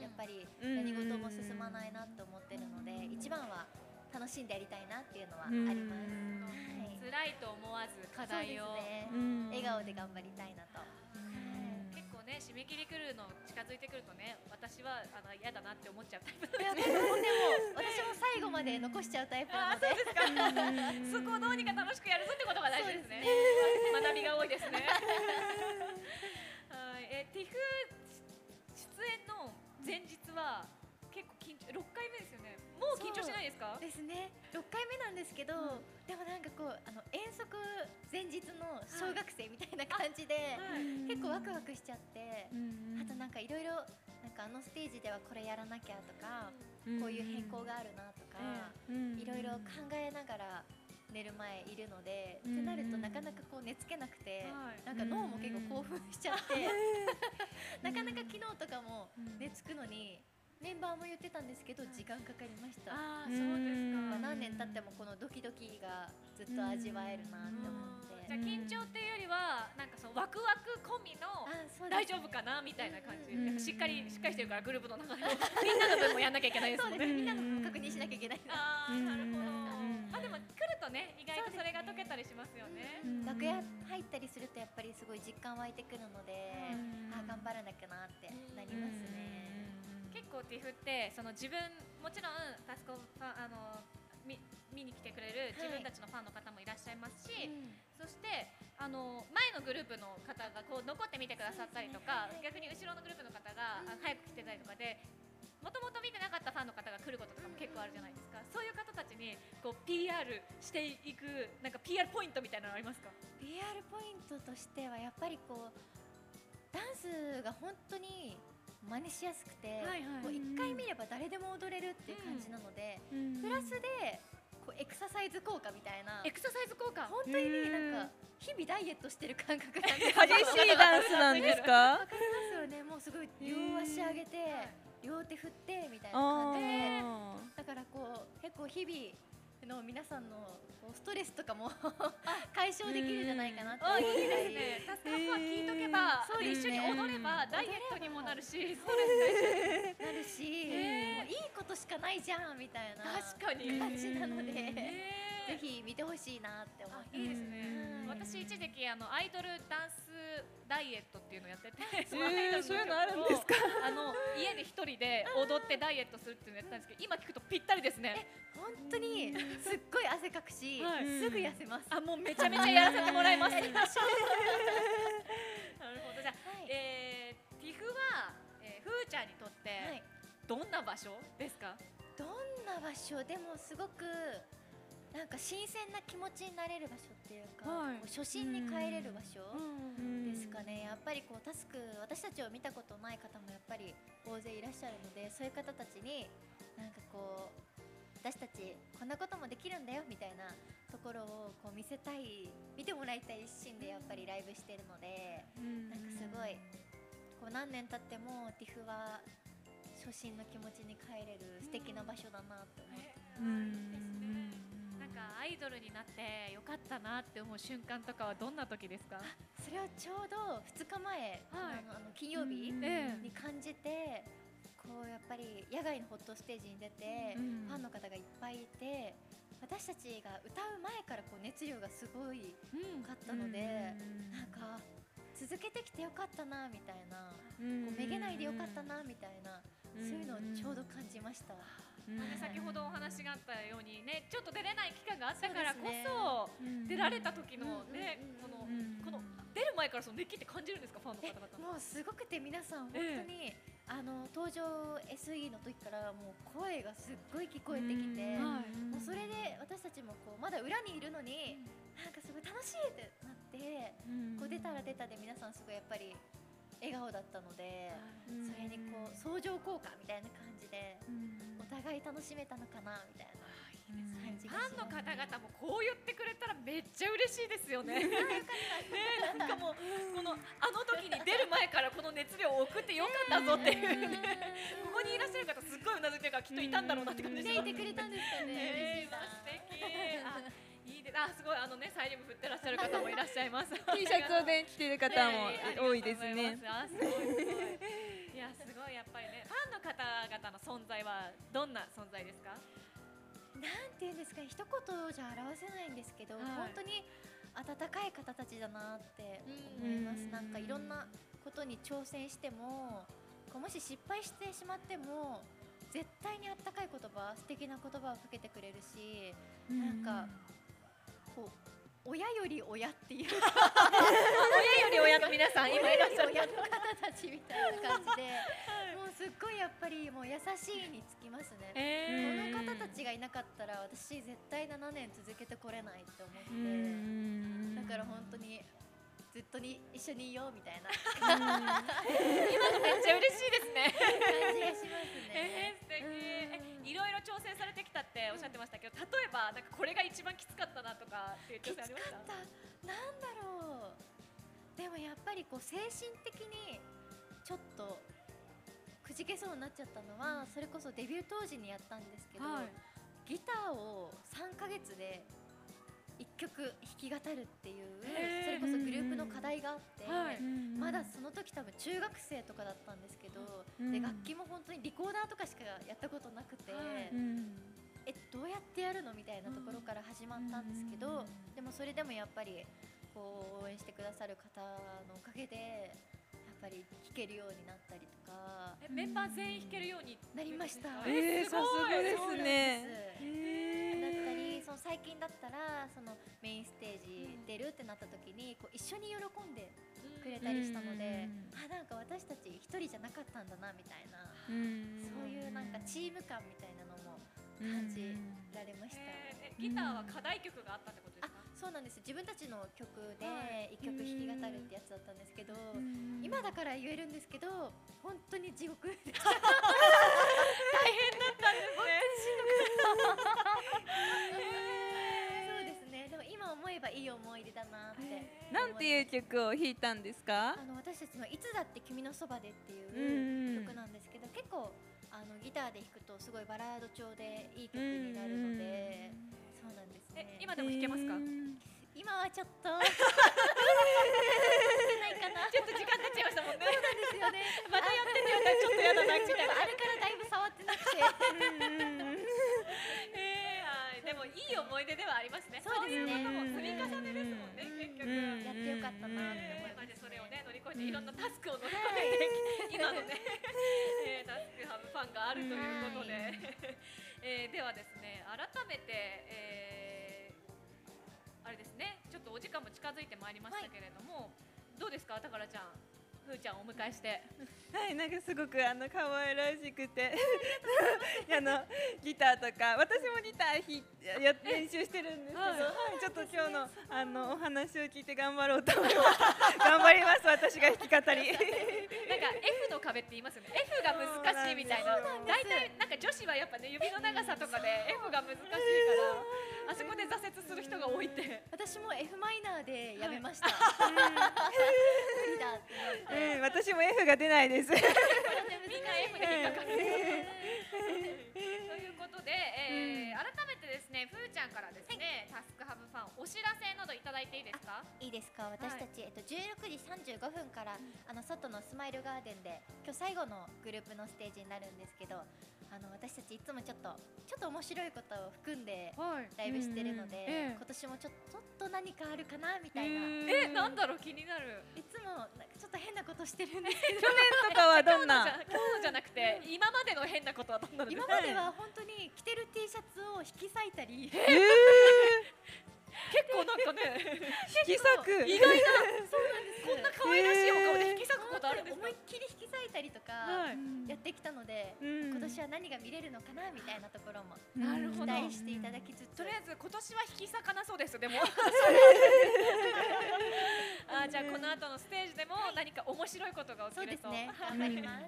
I: やっぱり
B: うん
I: 何事も進まないなと思ってるので一番は楽しんでやりたいなっていうのはあ
B: うん
I: ります。はい
A: 辛いと思わず課題を、
I: そうですね
B: うん
I: 笑顔で頑張りたいなと。
A: 結構ね締め切り来るの近づいてくるとね私はあの嫌だなって思っちゃうタイプ
I: いやでもでも私も最後まで残しちゃうタイプなので。
A: そこをどうにか 楽しくやるぞってことが大事ですね。 学びが多いですね。はい、え、ティフ出演の前日は結構緊張、六回目ですよね。もう緊張しないですか？
I: ですね6回目なんですけど、でもなんかこうあの遠足前日の小学生みたいな感じで、結構ワクワクしちゃって、あとなんかいろいろなんかあのステージではこれやらなきゃとか、こういう変更があるなとか、いろいろ考えながら寝る前いるので、ってなるとなかなかこう寝つけなくて、
A: はい
I: なんか脳も結構興奮しちゃって、 なかなか昨日とかも寝つくのにメンバーも言ってたんですけど時間かかりました。
A: ああ、
B: うん
A: そうです
I: やっぱ
A: か。
I: 何年経ってもこのドキドキがずっと味わえるなって思って、
A: じゃあ緊張っていうよりはなんかそのワクワク込みの
I: あそうですね
A: 大丈夫かなみたいな感じ。
I: うん
A: やっぱしっかりしっかりしてるからグループの 中でもみんなの分もやんなきゃいけないです
I: そ
A: も
I: うんで
A: ね
I: す。ねみんなの分も確認しなきゃいけないな
A: ああ、なるほど。まあでも来るとね意外と
I: そうですね
A: それが解けたりしますよね。
I: 楽屋入ったりするとやっぱりすごい実感湧いてくるので、あ頑張らなきゃなってなりますね、
A: 結構ティフってその自分もちろんタスコファンあのみ見に来てくれる自分たちのファンの方もいらっしゃいますし、そしてあの前のグループの方がこう残って見てくださったりとか、
I: そうですねはい
A: 逆に後ろのグループの方が、あ早く来てたりとかで。もともと見てなかったファンの方が来ることとかも結構あるじゃないですか、そういう方たちにこう PR していくなんか PR ポイントみたいなのありますか
I: PR ポイントとしてはやっぱりこうダンスが本当に真似しやすくて、もう1回見れば誰でも踊れるっていう感じなので、プラスでこうエクササイズ効果みたいな
A: エクササイズ効果
I: 本当になんか日々ダイエットしてる感 覚なんで
B: 激しいダンスなんですか
I: わかりますよねもうすごい両足上げて、両手振ってみたいな感じで
B: あ
I: だからこう結構日々の皆さんのこうストレスとかも 解消できるんじゃないかなって
A: あい
I: 思う
A: い
I: ぐら
A: です
I: い
A: ね。タスカフは聞いとけば、
I: そうです
A: 一緒に
I: ね
A: 踊れば
I: うん
A: ダイエットにもなるし、そうですね。
I: なるし、
A: ね
I: もういいことしかないじゃんみたいな
A: 確かに。
I: 感じなので、
A: ね
I: ぜひ見てほしいなって思っ
A: あ
I: て。
A: いいですね。
I: はい
A: 私一時期あのアイドルダンスダイエットっていうのをやってて、そ
B: えーそういうのあるんです
A: か？あの家で一人で踊ってダイエットするっていうのをやってたんですけど、今聞くとぴったりですね。
I: 本当にすっごい汗かくし、
A: はい
I: すぐ痩せます。
A: あもうめちゃめちゃやらせてもらいます。なるほどじゃあ、
I: はい
A: えー、ティフは、えー、ふーちゃんにとって
I: はい
A: どんな場所ですか？
I: どんな場所でもすごくなんか新鮮な気持ちになれる場所っていうか、
A: はい
I: こう初心に帰れる場所ですかね、やっぱりこうタスク私たちを見たことない方もやっぱり大勢いらっしゃるのでそういう方たちになんかこう私たちこんなこともできるんだよみたいなところをこう見せたい見てもらいたい一心でやっぱりライブしてるので、なんかすごいこう何年経ってもティフは初心の気持ちに帰れる素敵な場所だなって思って
A: なんかアイドルになってよかったなって思う瞬間とかはどんな時ですか？
I: それをちょうど2日前、あ
A: はい
I: のあの金曜日
A: ええ
I: に感じて、こうやっぱり野外のホットステージに出て、ファンの方がいっぱいいて私たちが歌う前からこう熱量がすごい良かったので、なんか続けてきてよかったなみたいな、こうめげないでよかったなみたいな、そういうのをちょうど感じました。はい
A: 先ほどお話があったようにねちょっと出れない期間があったからこ
I: そ
A: そ
I: う
A: 出られた時の
I: うん
A: ね
I: う
A: こ
I: ん
A: のこの出る前からその熱気って感じるんですかファンの方
I: え
A: 々の。
I: もうすごくて皆さん本当に、
A: ええ
I: あの登場 SE の時からもう声がすっごい聞こえてきて、もうそれで私たちもこうまだ裏にいるのに、なんかすごい楽しいってなって、こう出たら出たで皆さんすごいやっぱり笑顔だったので、それにこう相乗効果みたいな感じで、お互い楽しめたのかなみたいな感じ
A: フ
I: がします
A: ァンの方々もこう言ってくれたらめっちゃ嬉しいですよね。ねなんかもうこのあの時に出る前からこの熱量を送ってよかったぞっていうね。ここにいらっしゃる方すっごいうなずいてるからきっといたんだろうなって感じです
I: ねいてくれたんですか
A: え
I: ね
A: ー、まあ素敵。あ、いいで、あ、すごい、あのね、サイリウム振ってらっしゃる方もいらっしゃいます。
B: T シャツをね着てる方も
A: ねえ
B: 多いです
A: あり
B: ね。
A: がとうございますあ、すごい、すごい。いや、すごい、やっぱりね、ファンの方々の存在はどんな存在ですか。
I: なんていうんですかね一言じゃ表せないんですけど、
A: はい
I: 本当に温かい方たちだなって思います、
B: うん
I: なんかいろんなことに挑戦してもこうもし失敗してしまっても絶対にあったかい言葉素敵な言葉をかけてくれるし、なんかこう親より親っていうか
A: 親より親の皆さん、今いらっしゃる。
I: 親の方たちみたいな感じで、もうすっごいやっぱりもう優しいにつきますね。こ
A: え
I: の方たちがいなかったら私絶対7年続けてこれないって思って、だから本当にずっとに一緒にいようみたいな
A: ー、めっちゃ嬉しいですね。
I: 感じがします
A: え
I: ね。
A: ー、素敵えいろいろ挑戦されてきたっておっしゃってましたけど、例えばなんかこれが一番きつかったなとかっていう
I: き
A: 挑
I: つか
A: 戦あ
I: った
A: りました。
I: なんだろうでもやっぱりこう精神的にちょっとくじけそうになっちゃったのは、それこそデビュー当時にやったんですけど、
A: はい
I: ギターを3ヶ月で1曲弾き語るっていう
A: へ
I: それ
A: ー
I: こそグループの課題があって。
A: はい
I: まだその時多分中学生とかだったんですけど、
D: うん
I: で楽器も本当にリコーダーとかしかやったことなくて、
A: はい
I: えどうやってやるのみたいなところから始まったんですけど、でもそれでもやっぱりこう応援してくださる方のおかげでやっぱり弾けるようになったりとか
A: えメンバー全員弾けるように
I: なりました。
A: えー
B: えー、さすがですね。
I: だったりその最近だったらそのメインステージ出るってなった時にこう一緒に喜んでくれたりしたので、あなんか私たち一人じゃなかったんだなみたいな、そういうなんかチーム感みたいなのも感じられました。
A: えーえギターは課題曲があったってことで
I: あ
A: すか、
I: そうなんです自分たちの曲で
A: はい
I: 一曲弾き語るってやつだったんですけど、今だから言えるんですけど本当に地獄 でしたそうですねでも今思えばいい思い出だなって思います
B: なんていう曲を弾いたんですか
I: あ？の私たちの「いつだって君のそばで」っていう曲なんですけど、結構あのギターで弾くとすごいバラード調でいい曲になるので、そうなんです
A: え
I: ね
A: 今でも弾けますか、
I: 今はちょっ と弾けないかな
A: ちょっと時間経っちゃいましたもんね
I: ですよね
A: またやってんのよなちょっとやだなみたいな
I: あれからだいぶ触ってなくて
A: えー、あーでもいい思い出ではありますね
I: そうですね
A: いうことも積み重ねですもんね結局、
B: うん
I: やってよかったなって思
A: え
I: い
A: ー
I: ます、
A: まあでそれをね乗り越えていろんなタスクを乗り越えて、今のね、えータスクハブファンがあるということで、
I: は
A: えーではですね改めて、えーあれですねちょっとお時間も近づいてまいりましたけれども、どうですか宝ちゃんふーちゃんをお迎えして
B: はい、なんかすごくあの可愛らしくて、 あのギターとか、私もギターひや練習してるんですけど、
A: はい
B: はいちょっと今日のあのお話を聞いて頑張ろうと思います。 頑張ります、私が弾き語り。
A: なんか F の壁って言いますよね F が難しいみたいな
B: そうなん
A: 大体なんか女子はやっぱね指の長さとかで F が難しいからあそこで挫折する人が多いって。
I: 私も F マイナーでやめました、 無理だってなって
B: うん、私も F が出ないです。
A: みんな F で引っかかる。ということで、えー改めてですね、ふーちゃんからですね、タスクハブファンお知らせなどいただいていいですか？
I: いいですか私たち、えっと、16時35分から、あの外のスマイルガーデンで今日最後のグループのステージになるんですけどあの私たちいつもちょっとちょっと面白いことを含んで
A: はい。
I: ライブしてるので、
A: うんうんええ
I: 今年もちょちょっと何かあるかなみたいな、
A: え、なんだろう気になる。
I: いつもなんかちょっと変なことしてるんです
B: 去年とかはどん
A: 今日のじ
B: な
A: ゃ今日のじゃなくて今までの変なことはどんなのです
I: 今
A: か？
I: までは本当に着てる T シャツを引き裂いたり、
A: 結構なんかね、
B: 引き裂く。
A: 意外な
I: そうなんです
A: こんな可愛らしいお顔で引き裂くことあるんです
I: 思
A: か
I: いっ？きり引き裂いたりと
A: は
I: か
A: い
I: やってきたので、
B: うん
I: 今年は何が見れるのかなみたいなところも
A: なる
I: 期
A: ほど。
I: 待していただきつつ、
A: とりあえず今年は引き裂かなそうですでもあーじゃあこの後のステージでも何か面白いことが起
I: そう
A: き
I: で
A: る
I: す
A: と、
I: ね頑張ります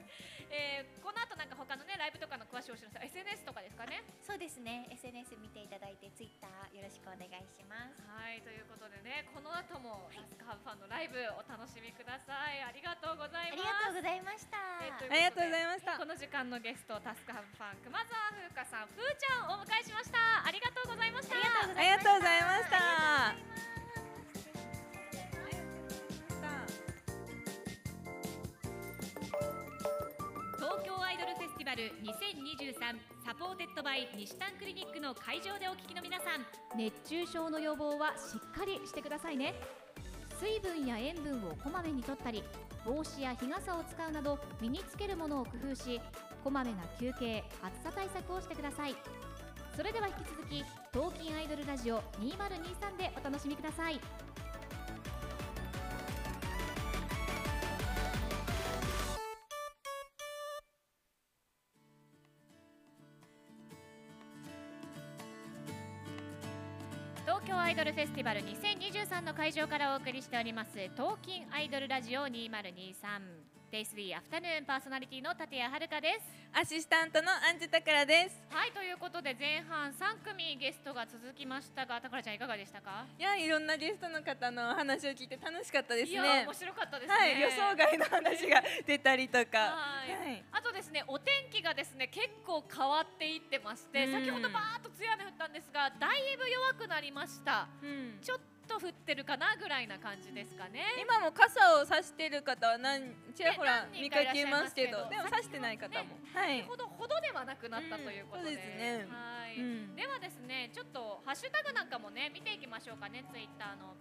A: えーこの後なんか他のねライブとかの詳しいお知らせ SNS とかですかね
I: そうですね SNS 見ていただいてツイッターよろしくお願いします
A: はいということでねこの後もタスクハブファンのライブお楽しみくださいありがとうござ
I: あ
A: い
I: り
A: ま
I: がと
A: す
I: うございました、
A: えーと
B: ありがとうございました
A: こ。の時間のゲストタスクハブファン熊澤ん、ふーちゃんをお迎えしました。ありがとうございました。
B: ありがとうございました。
A: 東京アイドルフェスティバル2023サポーテッドバイ西丹クリニックの会場でお聞きの皆さん
C: 熱中症の予防はしっかりしてくださいね水分や塩分をこまめにとったり帽子や日傘を使うなど身につけるものを工夫しこまめな休憩暑さ対策をしてくださいそれでは引き続き「東京アイドルラジオ2023」でお楽しみください
A: 東京アイドルフェスティバル2023の会場からお送りしております東京アイドルラジオ2023デイスリーアフタヌーンパーソナリティの立谷遥です
B: アシスタントのアンジュタカラです。
A: はいということで前半3組ゲストが続きましたが宝ちゃんいかがでしたか
B: いやいろんなゲストの方のお話を聞いて楽しかったです
A: い
B: ね。
A: や面白かったですね、
B: はい予想外の話が出たりとか。
A: はいあとですねお天気がですね結構変わっていってまして、
B: うん
A: 先ほどバーッと強い雨降ったんですがだいぶ弱くなりました
B: うん
A: ちょっと降ってるかなぐらいな感じですかね
B: 今も傘を差してる方は何ちらほら
A: ね何
B: 見
A: 人か
B: か
A: いらっしゃ
B: け
A: い
B: ま
A: ますすけ
B: け
A: ど、
B: どでも差してない方も。はい。
A: ほどほどではなくなったということで、
B: うんそうですね
A: はい、
B: うん
A: ではですねちょっとハッシュタグなんかもね見ていきましょうかねツイッターの、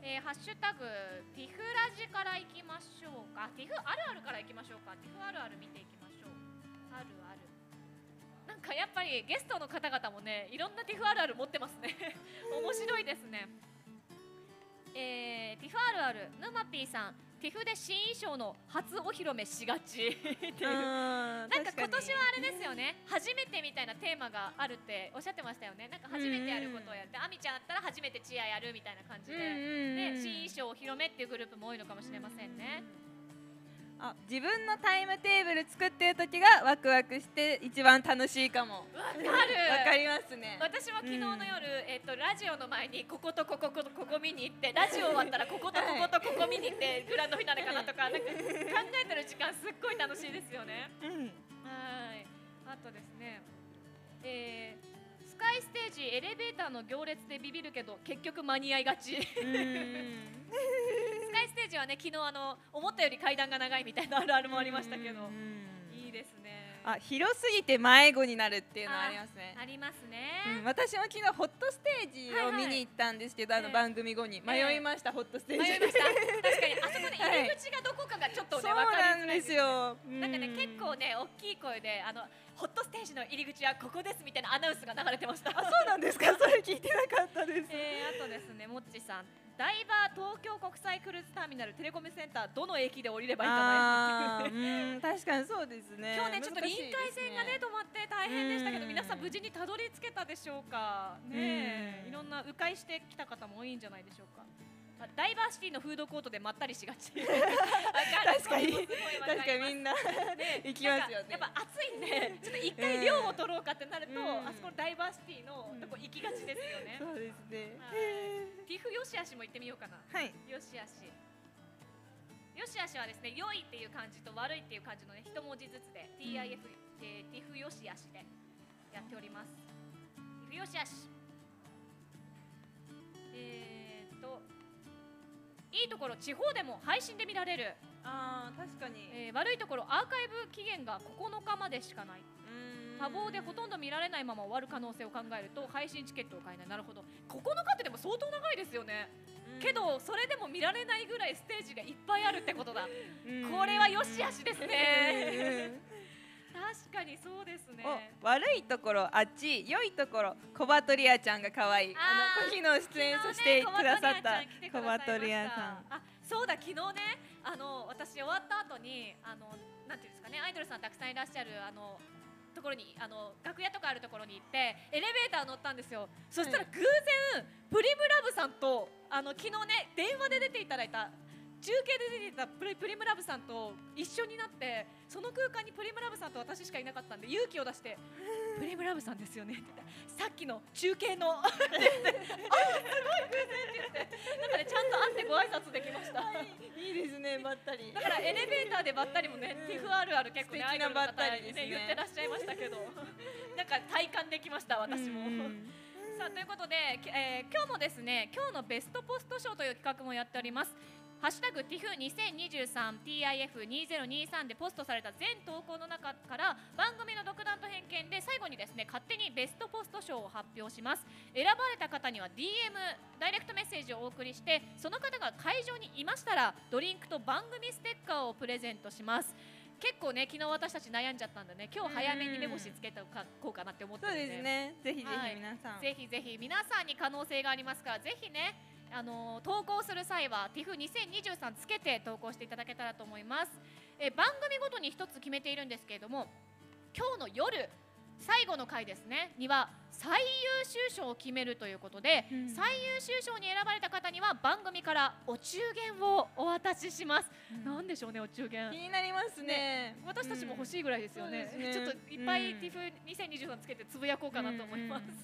A: えーハッシュタグティフラジからいきましょうかティフあるあるからいきましょうかティフあるある見ていきましょうあるあるなんかやっぱりゲストの方々もねいろんなティフあるある持ってますね面白いですねえー、ティフあるある沼ピーさんティフで新衣装の初お披露目しがちっていう な
B: な
A: んか今年はあれですよね、初めてみたいなテーマがあるっておっしゃってましたよね、なんか初めてやることをやって、あみちゃんだったら初めてチアやるみたいな感じで、で新衣装を広めっていうグループも多いのかもしれませんね。
B: あ自分のタイムテーブル作ってる時がワクワクして一番楽しいかも。
A: わかる
B: わかりますね。
A: 私は昨日の夜、えっとラジオの前にこことこことここ見に行ってラジオ終わったらこことこことここ見に行ってグランドフィナーレかなとかなんか考えてる時間すっごい楽しいですよね。
B: うん。
A: はい。あとですね、えースカイステージエレベーターの行列でビビるけど結局間に合いがち。ス
B: うん
A: カイステージはね昨日あの思ったより階段が長いみたいなあるあるもありましたけど
B: う、ん
A: いいですね。
B: あ広すぎて迷子になるっていうのはありますね。
A: あります
B: うん、
A: ね。
B: 私も昨日ホットステージを見に行ったんですけど、
A: いはい
B: あの番組後に迷いました、ホットステージ。
A: 迷いました。確かにあそこで入り口がどこかがちょっと
B: そう
A: ね分かり
B: な
A: づ
B: ん
A: らい
B: です。よ。
A: なんかね結構ね大きい声であのホットステージの入り口はここですみたいなアナウンスが流れてました。
B: あそうなん ですか。 それ聞いてなかったです。
A: えー、あとですね、もっちさん、ダイバー東京国際クルーズターミナルテレコムセンター、どの駅で降りればいいか
B: あ
A: ね。
B: ーうん確かにそうです ね。
A: 今日ね、ちょっと臨海線がね、止まって大変でしたけど、
B: うん
A: 皆さん、無事にたどり着けたでしょうか、ねえ
B: うん
A: いろんな迂回してきた方も多いんじゃないでしょうか。あダイバーシティのフードコートでまったりしがち。わかる
B: 確かに
A: すごいわり
B: 確かにみんな
A: ね
B: 行きますよね
A: なんかやっぱ暑いん で、ちょっと一回量を取ろうかってなると、
B: うん
A: あそこのダイバーシティのとこ行きがちですよね。
B: そうですね。
A: はいティフよしあしも行ってみようかな。
B: はい。
A: よしあし。よしあしはですね、良いっていう漢字と悪いっていう漢字のね、一文字ずつで、T. I. F. えーティフよしあしで。やっております。ティフよしあし。えーっと。いいところ、地方でも配信で見られる、
B: ああ確かに。
A: えー悪いところ、アーカイブ期限が9日までしかない。多忙でほとんど見られないまま終わる可能性を考えると配信チケットを買えないなるほど9日ってでも相当長いですよね、けどそれでも見られないぐらいステージがいっぱいあるってことだ、
B: うん
A: これはよしあしですね、
B: うん
A: 確かにそうですね
B: お悪いところあっち良いところコバトリアちゃんが可愛いあ
A: あー
B: の昨日出演させてくださった
A: コ
B: コ
A: バ
B: バ
A: ト
B: ト
A: リ
B: リ
A: ア
B: ア
A: さ
B: さ
A: んあそうだ昨日ねあの私終わった後にあのなんていうんですかねアイドルさんたくさんいらっしゃるあのところにあの楽屋とかあるところに行ってエレベーター乗ったんですよそしたら偶然プリムラブさんとあの昨日ね電話で出ていただいた中継で出ていたプリプリムラブさんと一緒になってその空間にプリムラブさんと私しかいなかったんで勇気を出して「プリムラブさんですよね」って言ったらさっきの中継の」っ て言って「あすごい偶然」って言ってなんかねちゃんと会ってご挨拶できました。
B: ん。いいですねまったり
A: だ。からエレベーターでばったりもね、ティフあるある結構ね、
B: 素敵な
A: アイドルの方
B: ばったりですね
A: 言ってらっしゃいましたけど、なんかタイ体感できました私も。さあということで、きえー今日もですね今日のベストポスト賞という企画もやっております。ハッシュタグ TIFF2023TIF2023 でポストされた全投稿の中から番組の独断と偏見で最後にですね勝手にベストポスト賞を発表します選ばれた方には DM ダイレクトメッセージをお送りしてその方が会場にいましたらドリンクと番組ステッカーをプレゼントします結構ね昨日私たち悩んじゃったんでね今日早めに目星つけておこうかなって思って
B: そ
A: る
B: うんですねぜひぜ
A: は
B: ひ
A: い
B: 皆さん、
A: ぜひぜひ皆さんに可能性がありますからぜひねあのー投稿する際は TIFF2023 つけて投稿していただけたらと思いますえー番組ごとに一つ決めているんですけれども今日の夜最後の回ですねには最優秀賞を決めるということで、
B: うん
A: 最優秀賞に選ばれた方には番組からお中元をお渡しします、なんでしょうねお中元
B: 気になりますね
A: 私たちも欲
B: い、
A: しいぐらいですよね,、
B: そうで す
A: ち
B: ね
A: ょっといっぱい
B: うん
A: TIFF2023 つけてつぶやこうかなと思います、
B: うんうん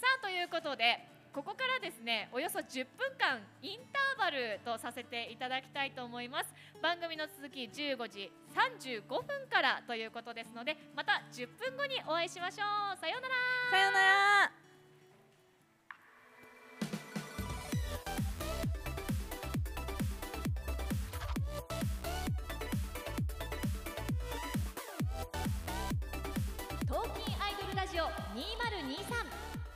A: さあということでここからですねおよそ10分間インターバルとさせていただきたいと思います番組の続き15時35分からということですのでまた10分後にお会いしましょうさようなら
B: さようなら
C: 東京アイドルラジオ2023